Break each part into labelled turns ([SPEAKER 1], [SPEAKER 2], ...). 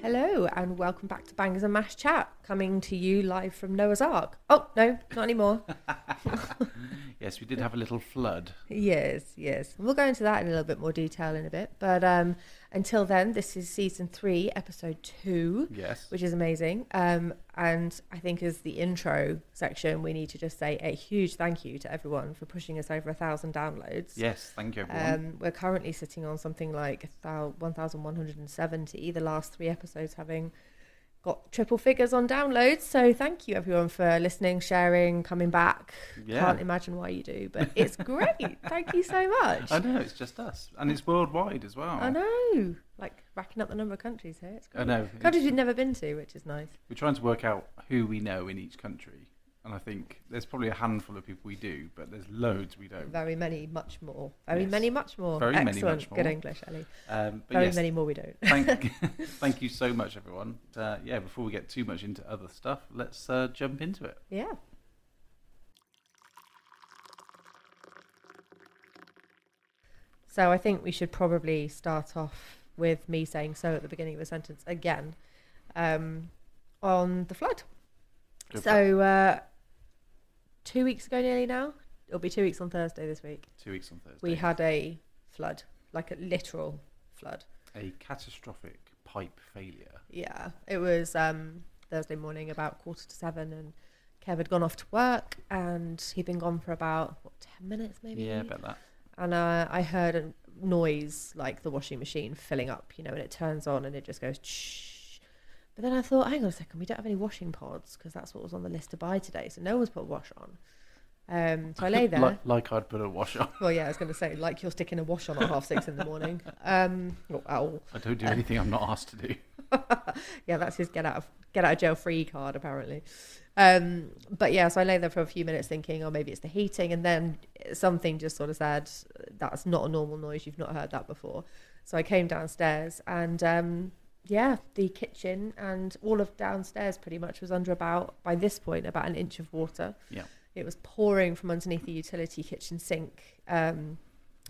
[SPEAKER 1] Hello, and welcome back to Bangers and Mash Chat, coming to you live from Noah's Ark. Oh, no, not anymore.
[SPEAKER 2] Yes, we did have a little flood.
[SPEAKER 1] yes, yes. We'll go into that in a little bit more detail in a bit. But um, until then, this is season three, episode two,
[SPEAKER 2] Yes.
[SPEAKER 1] which is amazing. Um, and I think, as the intro section, we need to just say a huge thank you to everyone for pushing us over a thousand downloads.
[SPEAKER 2] Yes, thank you everyone.
[SPEAKER 1] Um, we're currently sitting on something like a thou- 1,170, the last three episodes having got triple figures on downloads. So thank you everyone for listening, sharing, coming back.
[SPEAKER 2] yeah.
[SPEAKER 1] Can't imagine why you do, but it's great. thank you so much.
[SPEAKER 2] I know, it's just us. And it's worldwide as well.
[SPEAKER 1] I know. Like racking up the number of countries here. It's
[SPEAKER 2] I
[SPEAKER 1] great.
[SPEAKER 2] know.
[SPEAKER 1] Countries we've never been to, which is nice.
[SPEAKER 2] We're trying to work out who we know in each country. And I think there's probably a handful of people we do, but there's loads we don't.
[SPEAKER 1] Very many, much more. Very
[SPEAKER 2] Oh. Yes.
[SPEAKER 1] many, much more.
[SPEAKER 2] Very many,
[SPEAKER 1] Excellent.
[SPEAKER 2] much
[SPEAKER 1] Good
[SPEAKER 2] more.
[SPEAKER 1] English, Ellie.
[SPEAKER 2] Um, but
[SPEAKER 1] Very
[SPEAKER 2] yes,
[SPEAKER 1] many more we don't.
[SPEAKER 2] thank, thank you so much, everyone. Uh, yeah, before we get too much into other stuff, let's uh, jump into it.
[SPEAKER 1] Yeah. So I think we should probably start off with me saying so at the beginning of a sentence again um, on the flood.
[SPEAKER 2] Go for it.
[SPEAKER 1] so uh, two weeks ago, nearly now, it'll be two weeks on Thursday this week,
[SPEAKER 2] two weeks on Thursday,
[SPEAKER 1] we had a flood, like a literal flood.
[SPEAKER 2] a catastrophic pipe failure.
[SPEAKER 1] Yeah, it was um, Thursday morning about quarter to seven, and Kev had gone off to work, and he'd been gone for about what ten minutes maybe.
[SPEAKER 2] Yeah, about that.
[SPEAKER 1] And uh, I heard a noise like the washing machine filling up, you know, and it turns on and it just goes. Shh. But then I thought, hang on a second, we don't have any washing pods because that's what was on the list to buy today, so no one's put wash on. Um, so I lay there.
[SPEAKER 2] like, like I'd put a wash on.
[SPEAKER 1] well, yeah, I was going to say, like you're sticking a wash on at half six in the morning. Um,
[SPEAKER 2] Oh,
[SPEAKER 1] or owl.
[SPEAKER 2] I don't do anything I'm not asked to do.
[SPEAKER 1] yeah, that's his get out of get out of jail free card apparently. Um, but yeah, so I lay there for a few minutes thinking, oh, maybe it's the heating, and then something just sort of said, that's not a normal noise. You've not heard that before. So I came downstairs, and um, yeah, the kitchen and all of downstairs pretty much was under about by this point about an inch of water.
[SPEAKER 2] Yeah.
[SPEAKER 1] it was pouring from underneath the utility kitchen sink. Um,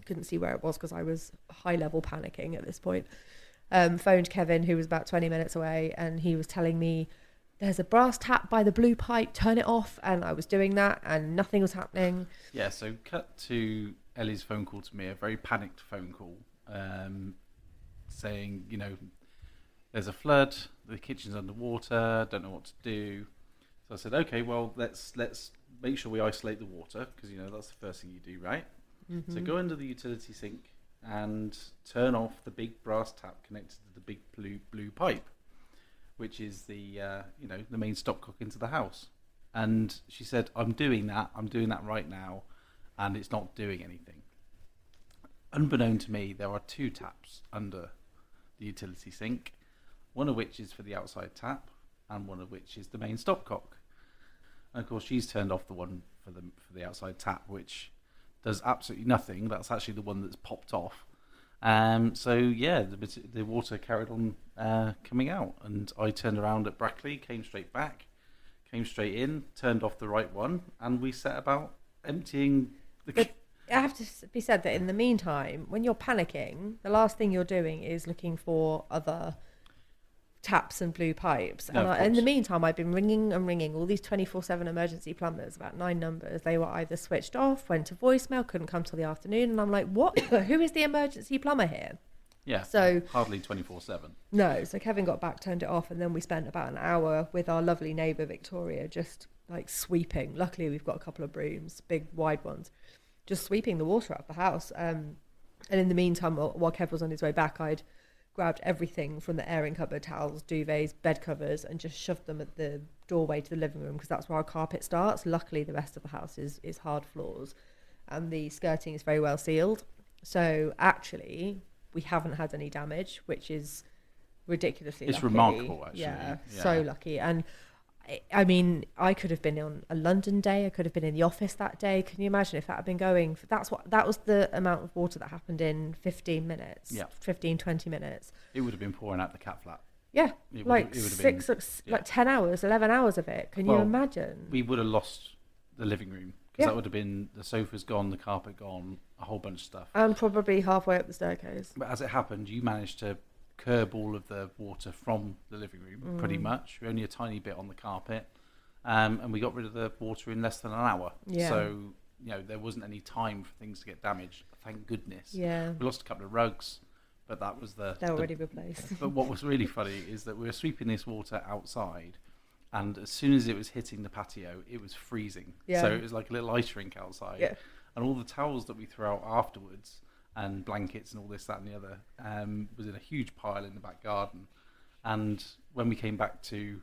[SPEAKER 1] couldn't see where it was because I was high level panicking at this point um, phoned Kevin, who was about 20 minutes away, and he was telling me, There's a brass tap by the blue pipe, turn it off. And I was doing that, and nothing was happening.
[SPEAKER 2] Yeah, so cut to Ellie's phone call to me, a very panicked phone call, um, saying, you know, there's a flood, the kitchen's underwater, don't know what to do. So I said, okay, well, let's let's make sure we isolate the water because you know that's the first thing you do, right? So go under the utility sink and turn off the big brass tap connected to the big blue blue pipe, which is the uh, you know the main stopcock into the house. And she said, "I'm doing that. I'm doing that right now, and it's not doing anything." Unbeknown to me, there are two taps under the utility sink, one of which is for the outside tap, and one of which is the main stopcock. And of course, she's turned off the one for the for the outside tap, which does absolutely nothing. That's actually the one that's popped off. Um, so yeah, the bit- the water carried on uh, coming out, and I turned around at Brackley, came straight back, came straight in, turned off the right one, and we set about emptying the.
[SPEAKER 1] But I have to s- be said that in the meantime, when you're panicking, the last thing you're doing is looking for other taps and blue pipes.
[SPEAKER 2] No,
[SPEAKER 1] and
[SPEAKER 2] of
[SPEAKER 1] I, in the
[SPEAKER 2] course.
[SPEAKER 1] meantime, I've been ringing and ringing all these 24 7 emergency plumbers, about nine numbers. They were either switched off, went to voicemail, couldn't come till the afternoon. And I'm like, what? Who is the emergency plumber here?
[SPEAKER 2] yeah,
[SPEAKER 1] so-
[SPEAKER 2] hardly twenty four seven.
[SPEAKER 1] No, so Kevin got back, turned it off, and then we spent about an hour with our lovely neighbour Victoria just like sweeping. Luckily, we've got a couple of brooms, big wide ones, just sweeping the water out of the house. Um, and in the meantime, while, while Kev was on his way back, I'd grabbed everything from the airing cupboard towels, duvets, bed covers, and just shoved them at the doorway to the living room because that's where our carpet starts. Luckily, the rest of the house is, is hard floors and the skirting is very well sealed. So actually, we haven't had any damage, which is ridiculously
[SPEAKER 2] It's
[SPEAKER 1] lucky.
[SPEAKER 2] remarkable, actually.
[SPEAKER 1] Yeah,
[SPEAKER 2] Yeah.
[SPEAKER 1] so lucky. And I- I mean, I could have been on a London day. I could have been in the office that day. Can you imagine if that had been going? For, that's what that was the amount of water that happened in 15 minutes.
[SPEAKER 2] Yeah.
[SPEAKER 1] 15, 20 minutes.
[SPEAKER 2] It would have been pouring out the cat flap.
[SPEAKER 1] Yeah,
[SPEAKER 2] It would
[SPEAKER 1] like
[SPEAKER 2] have- it would have
[SPEAKER 1] six, or s
[SPEAKER 2] yeah.
[SPEAKER 1] like ten hours, eleven hours of it. Can
[SPEAKER 2] Well,
[SPEAKER 1] you imagine?
[SPEAKER 2] We would have lost the living room because
[SPEAKER 1] Yeah.
[SPEAKER 2] that would have been the sofa's gone, the carpet gone, a whole bunch of stuff.
[SPEAKER 1] and probably halfway up the staircase.
[SPEAKER 2] But as it happened, you managed to curb all of the water from the living room, pretty
[SPEAKER 1] Mm.
[SPEAKER 2] much. Only a tiny bit on the carpet. Um, and we got rid of the water in less than an hour.
[SPEAKER 1] Yeah.
[SPEAKER 2] So, you know, there wasn't any time for things to get damaged. Thank goodness.
[SPEAKER 1] Yeah,
[SPEAKER 2] We lost a couple of rugs, but that was the.
[SPEAKER 1] they're
[SPEAKER 2] the-
[SPEAKER 1] already replaced.
[SPEAKER 2] but what was really funny is that we were sweeping this water outside, and as soon as it was hitting the patio, it was freezing.
[SPEAKER 1] Yeah.
[SPEAKER 2] So it was like a little ice rink outside.
[SPEAKER 1] Yeah.
[SPEAKER 2] And all the towels that we threw out afterwards, and blankets and all this, that, and the other, um, was in a huge pile in the back garden. And when we came back to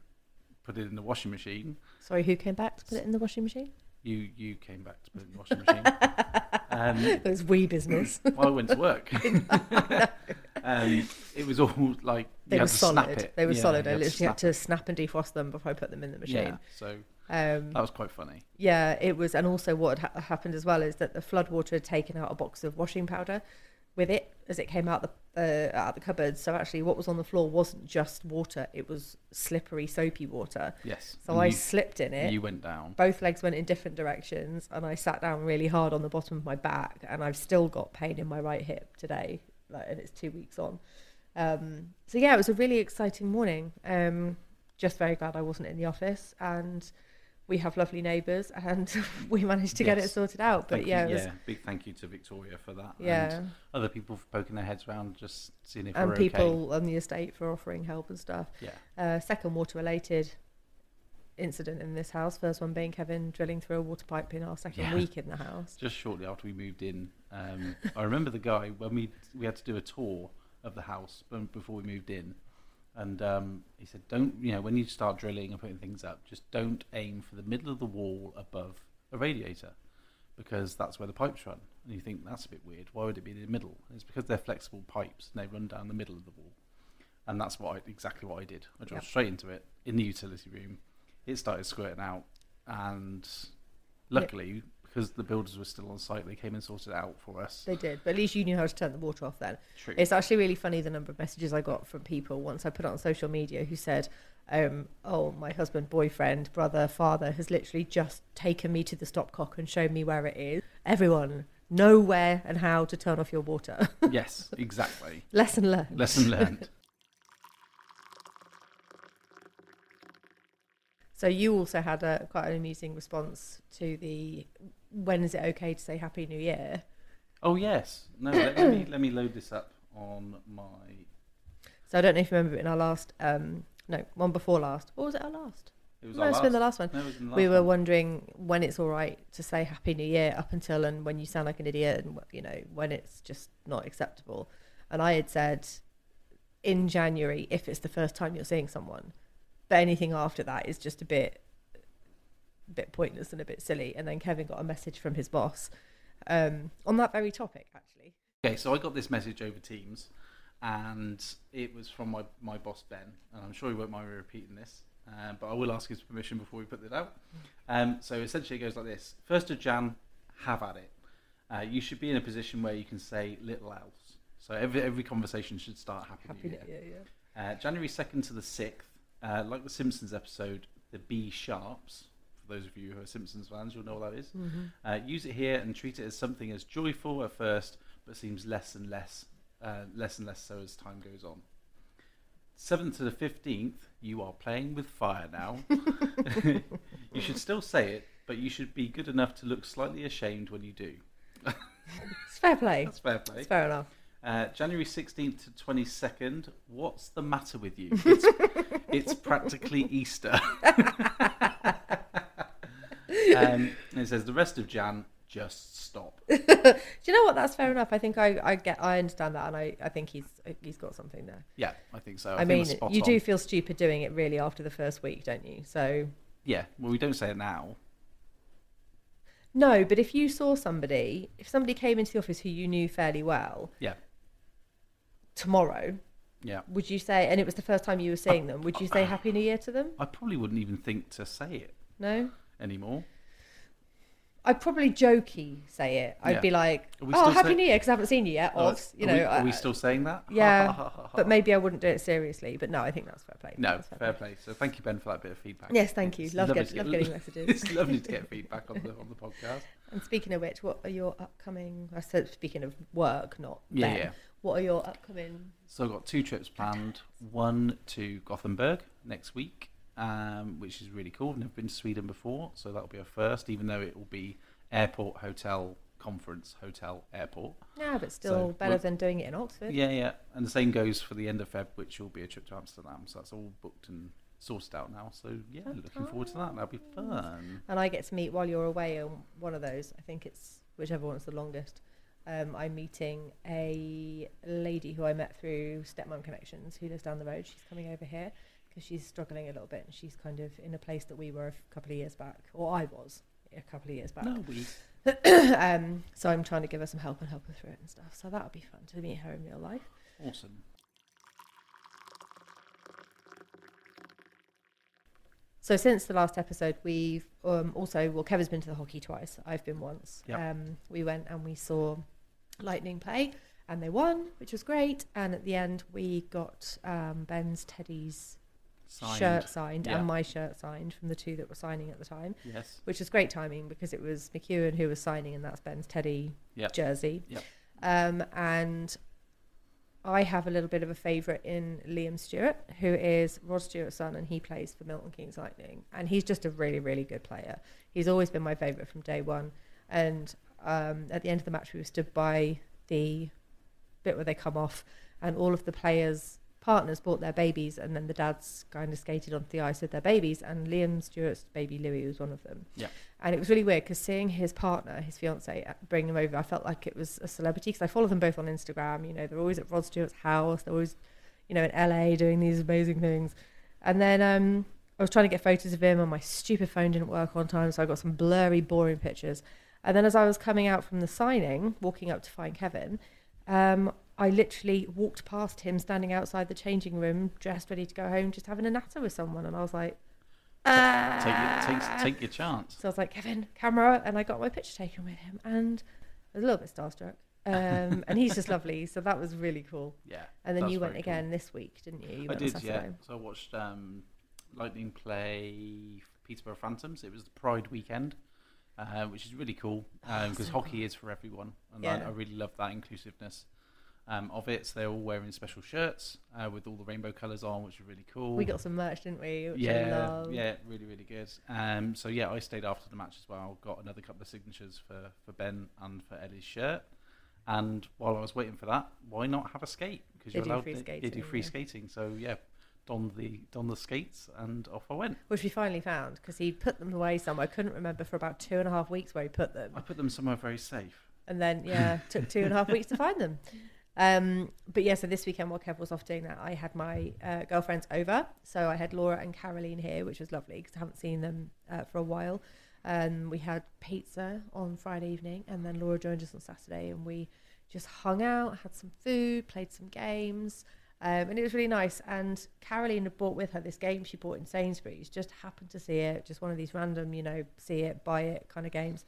[SPEAKER 2] put it in the washing machine,
[SPEAKER 1] Sorry, who came back to put it in the washing machine?
[SPEAKER 2] you you came back to put it in the washing machine. um,
[SPEAKER 1] Those wee business.
[SPEAKER 2] well, I went to work. um, it was all like you
[SPEAKER 1] They
[SPEAKER 2] had
[SPEAKER 1] were
[SPEAKER 2] to snap
[SPEAKER 1] solid.
[SPEAKER 2] it.
[SPEAKER 1] They were
[SPEAKER 2] Yeah,
[SPEAKER 1] solid. I
[SPEAKER 2] you had to
[SPEAKER 1] literally had
[SPEAKER 2] snap
[SPEAKER 1] to snap and defrost them before I put them in the
[SPEAKER 2] it.
[SPEAKER 1] machine.
[SPEAKER 2] Yeah, so
[SPEAKER 1] Um,
[SPEAKER 2] that was quite funny.
[SPEAKER 1] yeah, it was, and also what had ha- happened as well is that the flood water had taken out a box of washing powder with it as it came out the uh, out the cupboard. So actually, what was on the floor wasn't just water; it was slippery, soapy water.
[SPEAKER 2] Yes.
[SPEAKER 1] So
[SPEAKER 2] and
[SPEAKER 1] I
[SPEAKER 2] you,
[SPEAKER 1] slipped in it.
[SPEAKER 2] you went down.
[SPEAKER 1] Both legs went in different directions, and I sat down really hard on the bottom of my back, and I've still got pain in my right hip today, like, and it's two weeks on. Um, so yeah, it was a really exciting morning. Um, just very glad I wasn't in the office, and we have lovely neighbours, and we managed to get it
[SPEAKER 2] Yes.
[SPEAKER 1] sorted out. But
[SPEAKER 2] Thank
[SPEAKER 1] yeah,
[SPEAKER 2] you,
[SPEAKER 1] it was,
[SPEAKER 2] yeah. Big thank you to Victoria for that.
[SPEAKER 1] yeah,
[SPEAKER 2] And other people for poking their heads around, just seeing if
[SPEAKER 1] and
[SPEAKER 2] we're okay.
[SPEAKER 1] people on the estate for offering help and stuff.
[SPEAKER 2] Yeah.
[SPEAKER 1] Uh, second water-related incident in this house. First one being Kevin drilling through a water pipe in our second
[SPEAKER 2] Yeah.
[SPEAKER 1] week in the house.
[SPEAKER 2] Just shortly after we moved in, um, I remember the guy when we we had to do a tour of the house b- before we moved in, and um, he said, "Don't you know when you start drilling and putting things up, just don't aim for the middle of the wall above a radiator, because that's where the pipes run." And you think that's a bit weird. Why would it be in the middle? And it's because they're flexible pipes and they run down the middle of the wall, and that's what I, exactly what I did. I drove
[SPEAKER 1] Yep.
[SPEAKER 2] straight into it in the utility room. It started squirting out, and luckily because the builders were still on site, they came and sorted it out for us.
[SPEAKER 1] They did, but at least you knew how to turn the water off then.
[SPEAKER 2] True.
[SPEAKER 1] It's actually really funny the number of messages I got from people once I put it on social media who said, um, "Oh, my husband, boyfriend, brother, father has literally just taken me to the stopcock and shown me where it is." Everyone know where and how to turn off your water.
[SPEAKER 2] yes, exactly.
[SPEAKER 1] Lesson learned.
[SPEAKER 2] Lesson learned.
[SPEAKER 1] So you also had a quite an amusing response to the "When is it okay to say Happy New Year?"
[SPEAKER 2] Oh yes. No, let, let me let me load this up on my.
[SPEAKER 1] So I don't know if you remember in our last, um, no, one before last. What was it? Our last?
[SPEAKER 2] It was
[SPEAKER 1] No,
[SPEAKER 2] our
[SPEAKER 1] it's
[SPEAKER 2] last.
[SPEAKER 1] been the last one.
[SPEAKER 2] No, it was in the last
[SPEAKER 1] we were
[SPEAKER 2] one.
[SPEAKER 1] wondering when it's all right to say happy new year up until and when you sound like an idiot and wh- you know when it's just not acceptable and i had said in january if it's the first time you're seeing someone but anything after that is just a bit a bit pointless and a bit silly and then kevin got a message from his boss um, on that very topic actually
[SPEAKER 2] Okay, so I got this message over Teams, and it was from my, my boss Ben, and I'm sure he won't mind me repeating this, um, but I will ask his permission before we put it out. Um, so essentially, it goes like this: First of Jan, have at it. Uh, you should be in a position where you can say little else. So every every conversation should start happy,
[SPEAKER 1] happy
[SPEAKER 2] New Year.
[SPEAKER 1] new year yeah
[SPEAKER 2] Uh, January 2nd to the 6th, uh, like the Simpsons episode, the B sharps, for those of you who are Simpsons fans, you'll know what that is. Uh, use it here and treat it as something as joyful at first, but seems less and less, uh, less and less so as time goes on. 7th to the 15th, you are playing with fire now. you should still say it, but you should be good enough to look slightly ashamed when you do.
[SPEAKER 1] it's fair play
[SPEAKER 2] That's fair play.
[SPEAKER 1] it's fair enough
[SPEAKER 2] Uh, January 16th to 22nd. What's the matter with you? It's, it's practically Easter. um, and it says the rest of Jan, just stop.
[SPEAKER 1] do you know what that's fair enough i think i, I get i understand that and I, I think he's he's got something there
[SPEAKER 2] Yeah, I think so.
[SPEAKER 1] I
[SPEAKER 2] think
[SPEAKER 1] mean,
[SPEAKER 2] we're spot
[SPEAKER 1] you
[SPEAKER 2] on.
[SPEAKER 1] do feel stupid doing it really after the first week, don't you? So,
[SPEAKER 2] Yeah, well, we don't say it now.
[SPEAKER 1] no, but if you saw somebody, if somebody came into the office who you knew fairly well
[SPEAKER 2] Yeah,
[SPEAKER 1] tomorrow,
[SPEAKER 2] yeah.
[SPEAKER 1] would you say, and it was the first time you were seeing them, would you say Happy New Year to them?
[SPEAKER 2] I probably wouldn't even think to say it
[SPEAKER 1] No?
[SPEAKER 2] anymore.
[SPEAKER 1] I'd probably jokey say it. I'd
[SPEAKER 2] Yeah.
[SPEAKER 1] be like,
[SPEAKER 2] Are we
[SPEAKER 1] oh,
[SPEAKER 2] still
[SPEAKER 1] Happy
[SPEAKER 2] say-
[SPEAKER 1] New Year, because I haven't seen you yet.
[SPEAKER 2] Oh,
[SPEAKER 1] Or, you
[SPEAKER 2] are,
[SPEAKER 1] know,
[SPEAKER 2] we, are we
[SPEAKER 1] I-
[SPEAKER 2] still saying that?
[SPEAKER 1] yeah, but maybe I wouldn't do it seriously. But no, I think that's fair play.
[SPEAKER 2] no,
[SPEAKER 1] That's
[SPEAKER 2] fair play. So thank you, Ben, for that bit of feedback.
[SPEAKER 1] Yes, thank you.
[SPEAKER 2] It's
[SPEAKER 1] Love,
[SPEAKER 2] lovely
[SPEAKER 1] get,
[SPEAKER 2] to
[SPEAKER 1] love
[SPEAKER 2] get-
[SPEAKER 1] getting messages.
[SPEAKER 2] It's lovely to get feedback on the on the podcast.
[SPEAKER 1] and speaking of which, what are your upcoming, I said, speaking of work, not
[SPEAKER 2] Yeah,
[SPEAKER 1] Ben,
[SPEAKER 2] yeah.
[SPEAKER 1] What are your upcoming?
[SPEAKER 2] So I've got two trips planned. One to Gothenburg next week, um, which is really cool. I've never been to Sweden before, so that'll be a first. Even though it will be airport, hotel, conference, hotel, airport.
[SPEAKER 1] No, but still
[SPEAKER 2] So,
[SPEAKER 1] better
[SPEAKER 2] well-
[SPEAKER 1] than doing it in Oxford.
[SPEAKER 2] Yeah, yeah. And the same goes for the end of Feb, which will be a trip to Amsterdam. So that's all booked and sourced out now. So yeah, looking forward to that. That'll be fun.
[SPEAKER 1] And I get to meet while you're away on one of those. I think it's whichever one's the longest. Um, I'm meeting a lady who I met through Stepmom Connections who lives down the road. She's coming over here because she's struggling a little bit and she's kind of in a place that we were a f- couple of years back, or I was a couple of years back.
[SPEAKER 2] No, we
[SPEAKER 1] um, so I'm trying to give her some help and help her through it and stuff. So that'll be fun to meet her in real life.
[SPEAKER 2] awesome.
[SPEAKER 1] So since the last episode, we've um, also well, Kevin's been to the hockey twice. I've been once.
[SPEAKER 2] Yep.
[SPEAKER 1] Um, we went and we saw Lightning play, and they won, which was great. And at the end, we got um, Ben's Teddy's
[SPEAKER 2] Signed.
[SPEAKER 1] shirt signed
[SPEAKER 2] Yeah.
[SPEAKER 1] and my shirt signed from the two that were signing at the time,
[SPEAKER 2] Yes.
[SPEAKER 1] which was great timing because it was McEwen who was signing, and that's Ben's Teddy
[SPEAKER 2] Yep.
[SPEAKER 1] jersey.
[SPEAKER 2] Yep.
[SPEAKER 1] Um, and I have a little bit of a favourite in Liam Stewart, who is Rod Stewart's son, and he plays for Milton Keynes Lightning. And he's just a really, really good player. He's always been my favourite from day one. And um, at the end of the match, we were stood by the bit where they come off, and all of the players' partners brought their babies, and then the dads kind of skated onto the ice with their babies. And Liam Stewart's baby Louis was one of them. And it was really weird because seeing his partner, his fiance, uh, bring him over, I felt like it was a celebrity because I follow them both on Instagram. You know, they're always at Rod Stewart's house. They're always, you know, in LA doing these amazing things. And then um, I was trying to get photos of him, and my stupid phone didn't work on time, so I got some blurry, boring pictures. And then as I was coming out from the signing, walking up to find Kevin, um, I literally walked past him standing outside the changing room, dressed, ready to go home, just having a natter with someone. And I was like,
[SPEAKER 2] Take your,
[SPEAKER 1] "Ah."
[SPEAKER 2] take, take your chance.
[SPEAKER 1] So I was like, Kevin, camera, and I got my picture taken with him, and I was a little bit starstruck. Um, and he's just lovely, so that was really cool.
[SPEAKER 2] Yeah.
[SPEAKER 1] And then
[SPEAKER 2] that's
[SPEAKER 1] you went
[SPEAKER 2] very cool.
[SPEAKER 1] again this week, didn't you? You
[SPEAKER 2] I
[SPEAKER 1] went
[SPEAKER 2] did,
[SPEAKER 1] on
[SPEAKER 2] yeah.
[SPEAKER 1] Saturday.
[SPEAKER 2] So I watched um, Lightning play Peterborough Phantoms. It was the Pride weekend, uh, which is really cool because
[SPEAKER 1] Oh, so
[SPEAKER 2] hockey is for everyone, and I,
[SPEAKER 1] Yeah.
[SPEAKER 2] I really love that inclusiveness um, of it. So they're all wearing special shirts uh, with all the rainbow colours on, which is really cool.
[SPEAKER 1] We got some merch, didn't we? Which I
[SPEAKER 2] yeah,
[SPEAKER 1] love.
[SPEAKER 2] yeah, really, really good. Um, so yeah, I stayed after the match as well. Got another couple of signatures for for Ben and for Ellie's shirt. And while I was waiting for that, why not have a skate? Because
[SPEAKER 1] They
[SPEAKER 2] you're
[SPEAKER 1] do
[SPEAKER 2] allowed
[SPEAKER 1] free
[SPEAKER 2] to- they do
[SPEAKER 1] skating,
[SPEAKER 2] free
[SPEAKER 1] yeah.
[SPEAKER 2] skating. So yeah, donned the donned the skates and off I went.
[SPEAKER 1] Which we finally found because he'd put them away somewhere. I couldn't remember for about two and a half weeks where he put them.
[SPEAKER 2] I put them somewhere very safe.
[SPEAKER 1] and then yeah, took two and a half weeks to find them. Um, but yeah, so this weekend while Kev was off doing that, I had my uh, girlfriends over, so I had Laura and Caroline here, which was lovely because I haven't seen them uh, for a while. Um, we had pizza on Friday evening, and then Laura joined us on Saturday, and we just hung out, had some food, played some games. Um, and it was really nice. And Caroline had bought with her this game she bought in Sainsbury's. Just happened to see it, just one of these random, you know, see it, buy it kind of games.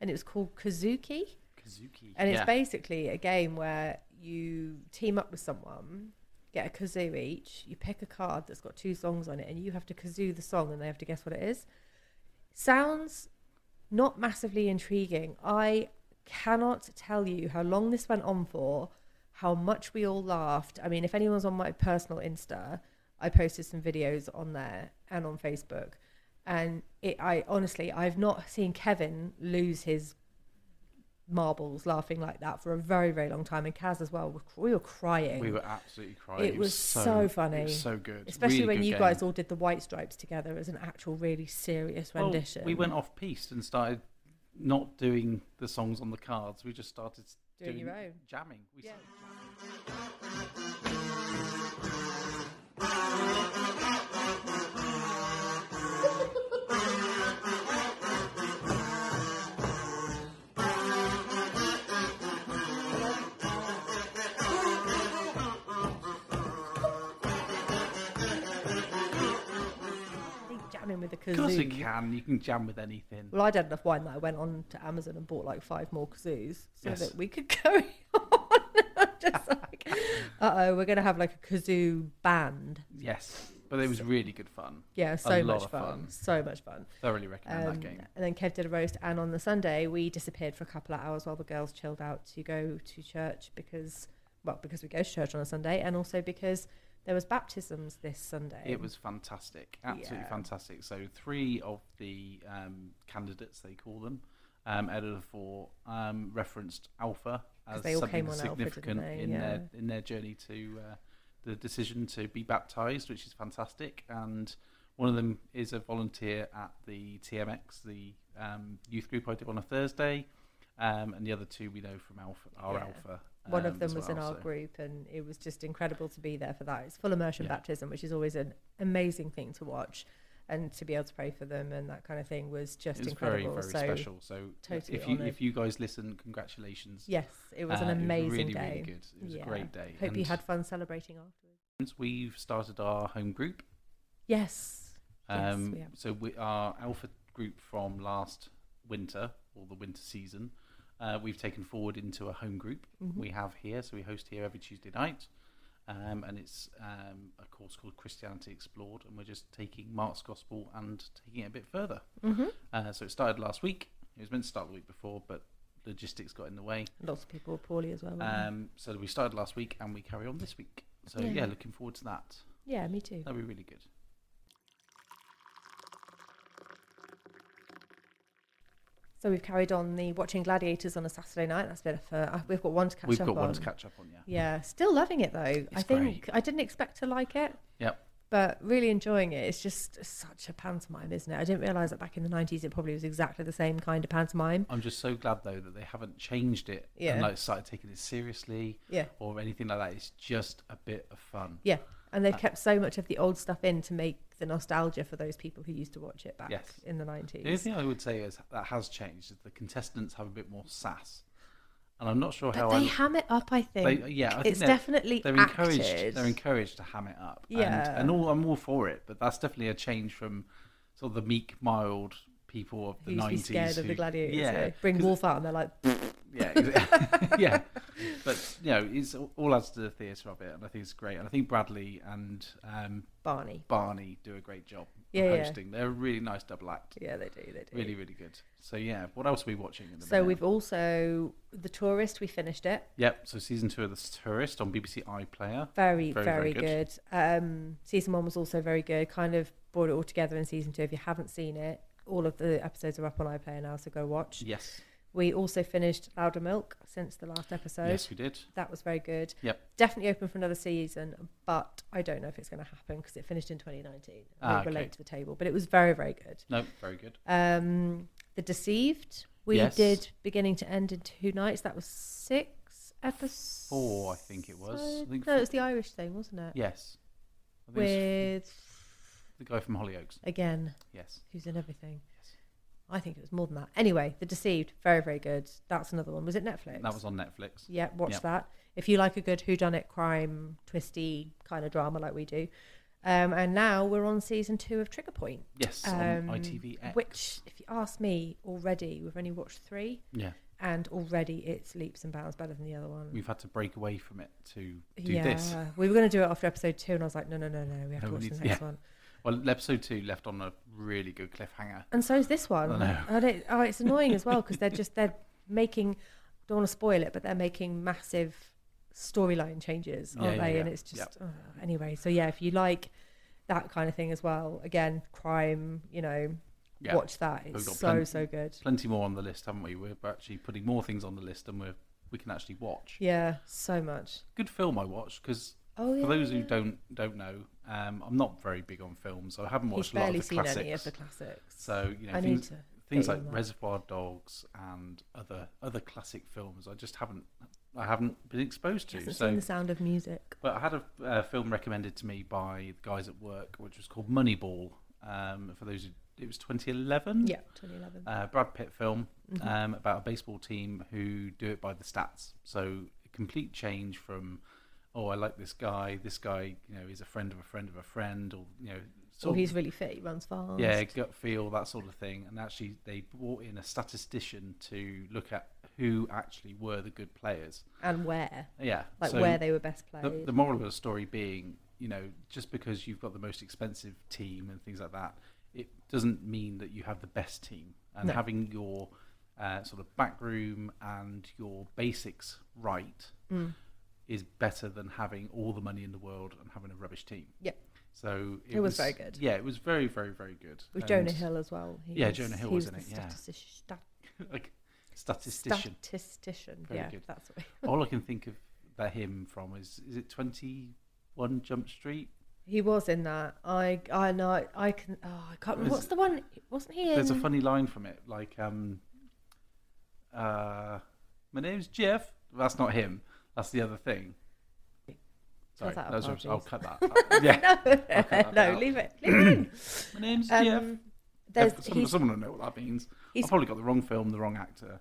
[SPEAKER 1] And it was called Kazuki.
[SPEAKER 2] Kazuki.
[SPEAKER 1] And
[SPEAKER 2] yeah.
[SPEAKER 1] it's basically a game where you team up with someone, get a kazoo each, you pick a card that's got two songs on it, and you have to kazoo the song and they have to guess what it is. Sounds not massively intriguing. I cannot tell you how long this went on for, how much we all laughed. I mean, if anyone's on my personal Insta, I posted some videos on there and on Facebook. And it, I honestly, I've not seen Kevin lose his marbles laughing like that for a very, very long time. And Kaz as well, we were crying.
[SPEAKER 2] we were absolutely crying.
[SPEAKER 1] It was so funny.
[SPEAKER 2] It was so good.
[SPEAKER 1] Especially
[SPEAKER 2] Really
[SPEAKER 1] when
[SPEAKER 2] good
[SPEAKER 1] you
[SPEAKER 2] game.
[SPEAKER 1] guys all did the white stripes together as an actual really serious
[SPEAKER 2] Well,
[SPEAKER 1] rendition.
[SPEAKER 2] we went off piste and started not doing the songs on the cards. We just started
[SPEAKER 1] Doing
[SPEAKER 2] doing,
[SPEAKER 1] your own.
[SPEAKER 2] jamming. We
[SPEAKER 1] Yeah.
[SPEAKER 2] started jamming.
[SPEAKER 1] I think jamming with the
[SPEAKER 2] Of course you
[SPEAKER 1] kazoo.
[SPEAKER 2] can. You can jam with anything.
[SPEAKER 1] Well, I'd had enough wine that I went on to Amazon and bought like five more kazoos so
[SPEAKER 2] Yes.
[SPEAKER 1] that we could carry on. I'm Just like, uh oh, we're going to have like a kazoo band.
[SPEAKER 2] Yes, but it was really good fun.
[SPEAKER 1] Yeah, so
[SPEAKER 2] lot
[SPEAKER 1] much
[SPEAKER 2] of
[SPEAKER 1] fun.
[SPEAKER 2] fun.
[SPEAKER 1] So much fun.
[SPEAKER 2] Thoroughly recommend
[SPEAKER 1] Um,
[SPEAKER 2] that game.
[SPEAKER 1] And then Kev did a roast, and on the Sunday we disappeared for a couple of hours while the girls chilled out to go to church because well, because we go to church on a Sunday, and also because there was baptisms this Sunday.
[SPEAKER 2] It was fantastic, absolutely
[SPEAKER 1] Yeah.
[SPEAKER 2] fantastic. So three of the um, candidates, they call them, um, out of the four, um, referenced alpha
[SPEAKER 1] 'Cause
[SPEAKER 2] as
[SPEAKER 1] they all
[SPEAKER 2] something
[SPEAKER 1] came on alpha, didn't
[SPEAKER 2] significant
[SPEAKER 1] they?
[SPEAKER 2] in their in their journey to uh, the decision to be baptized, which is fantastic. And one of them is a volunteer at the TMX, the um, youth group I did on a Thursday, um, and the other two we know from Alpha, our
[SPEAKER 1] Yeah.
[SPEAKER 2] Alpha.
[SPEAKER 1] One
[SPEAKER 2] um,
[SPEAKER 1] of them
[SPEAKER 2] as
[SPEAKER 1] was in
[SPEAKER 2] well,
[SPEAKER 1] our
[SPEAKER 2] so-
[SPEAKER 1] group, and it was just incredible to be there for that. It's full immersion
[SPEAKER 2] Yeah.
[SPEAKER 1] baptism, which is always an amazing thing to watch, and to be able to pray for them and that kind of thing was just
[SPEAKER 2] It's very
[SPEAKER 1] incredible.
[SPEAKER 2] very
[SPEAKER 1] so
[SPEAKER 2] special. So
[SPEAKER 1] totally
[SPEAKER 2] if you
[SPEAKER 1] honoured.
[SPEAKER 2] if you guys listen, congratulations.
[SPEAKER 1] yes, it was
[SPEAKER 2] Uh,
[SPEAKER 1] an amazing
[SPEAKER 2] really,
[SPEAKER 1] day.
[SPEAKER 2] Really good. It was
[SPEAKER 1] Yeah.
[SPEAKER 2] a great day.
[SPEAKER 1] Hope you
[SPEAKER 2] And
[SPEAKER 1] had fun celebrating afterwards.
[SPEAKER 2] We've started our home group.
[SPEAKER 1] Yes, Yes,
[SPEAKER 2] Um,
[SPEAKER 1] we have.
[SPEAKER 2] So we, our alpha group from last winter or the winter season, uh, we've taken forward into a home group
[SPEAKER 1] Mhm.
[SPEAKER 2] we have here. So we host here every Tuesday night. Um, and it's um, a course called Christianity Explored, and we're just taking Mark's Gospel and taking it a bit further.
[SPEAKER 1] Mhm.
[SPEAKER 2] Uh, so it started last week. It was meant to start the week before, but logistics got in the way.
[SPEAKER 1] lots of people were poorly as well. weren't they?
[SPEAKER 2] Um, so we started last week and we carry on this week. So
[SPEAKER 1] Mm. Yeah.
[SPEAKER 2] yeah, looking forward to that.
[SPEAKER 1] yeah, me too.
[SPEAKER 2] That'll be really good.
[SPEAKER 1] So we've carried on the watching Gladiators on a Saturday night. That's been a fur. uh, We've got one to catch
[SPEAKER 2] We've
[SPEAKER 1] up
[SPEAKER 2] got
[SPEAKER 1] on.
[SPEAKER 2] one to catch up on, yeah.
[SPEAKER 1] Yeah, still loving it though. I
[SPEAKER 2] It's
[SPEAKER 1] think I didn't expect to like it.
[SPEAKER 2] Yep.
[SPEAKER 1] But really enjoying it. It's just such a pantomime, isn't it? I didn't realise that back in the nineties it probably was exactly the same kind of pantomime.
[SPEAKER 2] I'm just so glad though that they haven't changed it
[SPEAKER 1] Yeah.
[SPEAKER 2] and like started taking it seriously
[SPEAKER 1] Yeah.
[SPEAKER 2] or anything like that. It's just a bit of fun.
[SPEAKER 1] Yeah. And
[SPEAKER 2] Uh,
[SPEAKER 1] they've kept so much of the old stuff in to make the nostalgia for those people who used to watch it back
[SPEAKER 2] Yes.
[SPEAKER 1] in the
[SPEAKER 2] The only
[SPEAKER 1] nineties.
[SPEAKER 2] thing I would say is that has changed is the contestants have a bit more sass, and I'm not sure
[SPEAKER 1] But
[SPEAKER 2] how
[SPEAKER 1] they
[SPEAKER 2] I.
[SPEAKER 1] ham it up, I think.
[SPEAKER 2] They- yeah, I think
[SPEAKER 1] it's
[SPEAKER 2] they're-
[SPEAKER 1] definitely
[SPEAKER 2] they're
[SPEAKER 1] acted.
[SPEAKER 2] encouraged. They're encouraged to ham it up.
[SPEAKER 1] Yeah.
[SPEAKER 2] and, and all I'm all for it, but that's definitely a change from sort of the meek, mild people of the
[SPEAKER 1] who used to be
[SPEAKER 2] 90s.
[SPEAKER 1] scared of
[SPEAKER 2] who-
[SPEAKER 1] the gladiators.
[SPEAKER 2] Yeah,
[SPEAKER 1] they bring
[SPEAKER 2] 'cause-
[SPEAKER 1] Wolf out and they're like,
[SPEAKER 2] yeah, exa- yeah. But you know, it's all- all adds to the theatre of it, and I think it's great. And I think Bradley and um,
[SPEAKER 1] Barney.
[SPEAKER 2] Barney do a great job of
[SPEAKER 1] Yeah, yeah.
[SPEAKER 2] hosting. They're a really nice double act.
[SPEAKER 1] Yeah, they do. They do.
[SPEAKER 2] Really, really good. So yeah, what else are we watching? At the
[SPEAKER 1] So
[SPEAKER 2] minute?
[SPEAKER 1] we've also the tourist. We finished it.
[SPEAKER 2] yep. So season two of The Tourist on BBC iPlayer.
[SPEAKER 1] Very, very,
[SPEAKER 2] Very, very
[SPEAKER 1] good.
[SPEAKER 2] good.
[SPEAKER 1] Um, season one was also very good. Kind of brought it all together in season two. If you haven't seen it, all of the episodes are up on iPlayer now, so go watch.
[SPEAKER 2] Yes,
[SPEAKER 1] We also finished Louder Milk since the last episode.
[SPEAKER 2] yes, we did.
[SPEAKER 1] That was very good.
[SPEAKER 2] Yep.
[SPEAKER 1] Definitely open for another season, but I don't know if it's going to happen because it finished in 2019. I
[SPEAKER 2] Ah,
[SPEAKER 1] think we're
[SPEAKER 2] okay.
[SPEAKER 1] late to the table, but it was very, very good.
[SPEAKER 2] No, very good.
[SPEAKER 1] Um, the Deceived, we
[SPEAKER 2] Yes.
[SPEAKER 1] did beginning to end in two nights. That was six episodes.
[SPEAKER 2] Four, I think it was. I think
[SPEAKER 1] no,
[SPEAKER 2] four-
[SPEAKER 1] it was the Irish thing, wasn't it?
[SPEAKER 2] Yes. I think it's
[SPEAKER 1] With
[SPEAKER 2] the guy from Hollyoaks.
[SPEAKER 1] again,
[SPEAKER 2] Yes.
[SPEAKER 1] who's in everything?
[SPEAKER 2] Yes.
[SPEAKER 1] I think it was more than that. Anyway, The Deceived, very, very good. That's another one. Was it Netflix?
[SPEAKER 2] That was on Netflix.
[SPEAKER 1] Yeah, watch
[SPEAKER 2] Yeah.
[SPEAKER 1] that. If you like a good whodunit crime, twisty kind of drama like we do. Um, and now we're on season two of Trigger Point,
[SPEAKER 2] Yes,
[SPEAKER 1] um,
[SPEAKER 2] on ITVX.
[SPEAKER 1] which, if you ask me, already we've only watched three,
[SPEAKER 2] Yeah,
[SPEAKER 1] and already it's leaps and bounds better than the other one.
[SPEAKER 2] we've had to break away from it to do this.
[SPEAKER 1] we were going to do it after episode two, and I was like, no, no, no, no, we have to
[SPEAKER 2] No, we
[SPEAKER 1] watch
[SPEAKER 2] need
[SPEAKER 1] the
[SPEAKER 2] to-
[SPEAKER 1] next
[SPEAKER 2] yeah.
[SPEAKER 1] one.
[SPEAKER 2] Well, episode two left on a really good cliffhanger.
[SPEAKER 1] And so is this one.
[SPEAKER 2] I know.
[SPEAKER 1] And it, oh, it's annoying as well because they're just they're making. Don't want to spoil it, but they're making massive storyline changes,
[SPEAKER 2] Yeah,
[SPEAKER 1] aren't
[SPEAKER 2] yeah,
[SPEAKER 1] they?
[SPEAKER 2] yeah.
[SPEAKER 1] And it's
[SPEAKER 2] Yeah.
[SPEAKER 1] just oh, anyway. So yeah, if you like that kind of thing as well, again, crime, you know,
[SPEAKER 2] Yeah.
[SPEAKER 1] watch that. It's
[SPEAKER 2] got
[SPEAKER 1] so
[SPEAKER 2] plenty-
[SPEAKER 1] so good.
[SPEAKER 2] Plenty more on the list, haven't we? We're actually putting more things on the list than we we can actually watch.
[SPEAKER 1] Yeah, so much.
[SPEAKER 2] Good film I watched because
[SPEAKER 1] Oh yeah.
[SPEAKER 2] for those who don't don't know, um, I'm not very big on films, so I haven't
[SPEAKER 1] he's
[SPEAKER 2] watched a lot of
[SPEAKER 1] barely
[SPEAKER 2] the
[SPEAKER 1] seen
[SPEAKER 2] classics.
[SPEAKER 1] any of the classics.
[SPEAKER 2] so you know
[SPEAKER 1] I need
[SPEAKER 2] things,
[SPEAKER 1] to.
[SPEAKER 2] things
[SPEAKER 1] get you
[SPEAKER 2] like
[SPEAKER 1] on that.
[SPEAKER 2] Reservoir Dogs and other other classic films. I just haven't I haven't been exposed
[SPEAKER 1] He
[SPEAKER 2] to.
[SPEAKER 1] hasn't
[SPEAKER 2] So
[SPEAKER 1] seen the sound of music.
[SPEAKER 2] But I had a uh, film recommended to me by the guys at work, which was called Moneyball. Um, for those, who, it was 2011.
[SPEAKER 1] Yeah, 2011.
[SPEAKER 2] Uh, Brad Pitt film
[SPEAKER 1] Mhm.
[SPEAKER 2] um, about a baseball team who do it by the stats. So a complete change from, oh, I like this guy. This guy, you know, is a friend of a friend of a friend, or you know,
[SPEAKER 1] or
[SPEAKER 2] sort
[SPEAKER 1] he's really fit. He runs fast.
[SPEAKER 2] of, yeah, gut feel that sort of thing. And actually, they brought in a statistician to look at who actually were the good players.
[SPEAKER 1] And where,
[SPEAKER 2] Yeah,
[SPEAKER 1] like
[SPEAKER 2] so-
[SPEAKER 1] where they were best played.
[SPEAKER 2] the, the moral of the story being, you know, just because you've got the most expensive team and things like that, it doesn't mean that you have the best team. And
[SPEAKER 1] No.
[SPEAKER 2] having your uh, sort of backroom and your basics right
[SPEAKER 1] Mm.
[SPEAKER 2] is better than having all the money in the world and having a rubbish team.
[SPEAKER 1] Yeah.
[SPEAKER 2] So
[SPEAKER 1] It was very good.
[SPEAKER 2] Yeah, it was very, very, very good.
[SPEAKER 1] With
[SPEAKER 2] And-
[SPEAKER 1] Jonah Hill as well. He
[SPEAKER 2] Yeah, Jonah Hill
[SPEAKER 1] he
[SPEAKER 2] was in
[SPEAKER 1] the
[SPEAKER 2] it, yeah.
[SPEAKER 1] statistic- stat-
[SPEAKER 2] like statistician.
[SPEAKER 1] Statistician.
[SPEAKER 2] Very
[SPEAKER 1] yeah,
[SPEAKER 2] good.
[SPEAKER 1] that's what
[SPEAKER 2] All I can think of that him from is is it twenty one Jump Street?
[SPEAKER 1] he was in that. I I know I can. Oh, I can't remember.
[SPEAKER 2] There's-
[SPEAKER 1] What's the one? Wasn't he in?
[SPEAKER 2] There's a funny line from it, like um uh my name's Jeff. That's not him. That's the other thing. Sorry,
[SPEAKER 1] that
[SPEAKER 2] those are,
[SPEAKER 1] apologies.
[SPEAKER 2] I'll cut that. yeah, I'll cut that
[SPEAKER 1] no,
[SPEAKER 2] bit
[SPEAKER 1] no,
[SPEAKER 2] out.
[SPEAKER 1] leave it. Leave it in.
[SPEAKER 2] my name's Jeff.
[SPEAKER 1] Um, there's
[SPEAKER 2] If some,
[SPEAKER 1] he's
[SPEAKER 2] someone will know what that means.
[SPEAKER 1] he's-
[SPEAKER 2] I've probably got the wrong film, the wrong actor.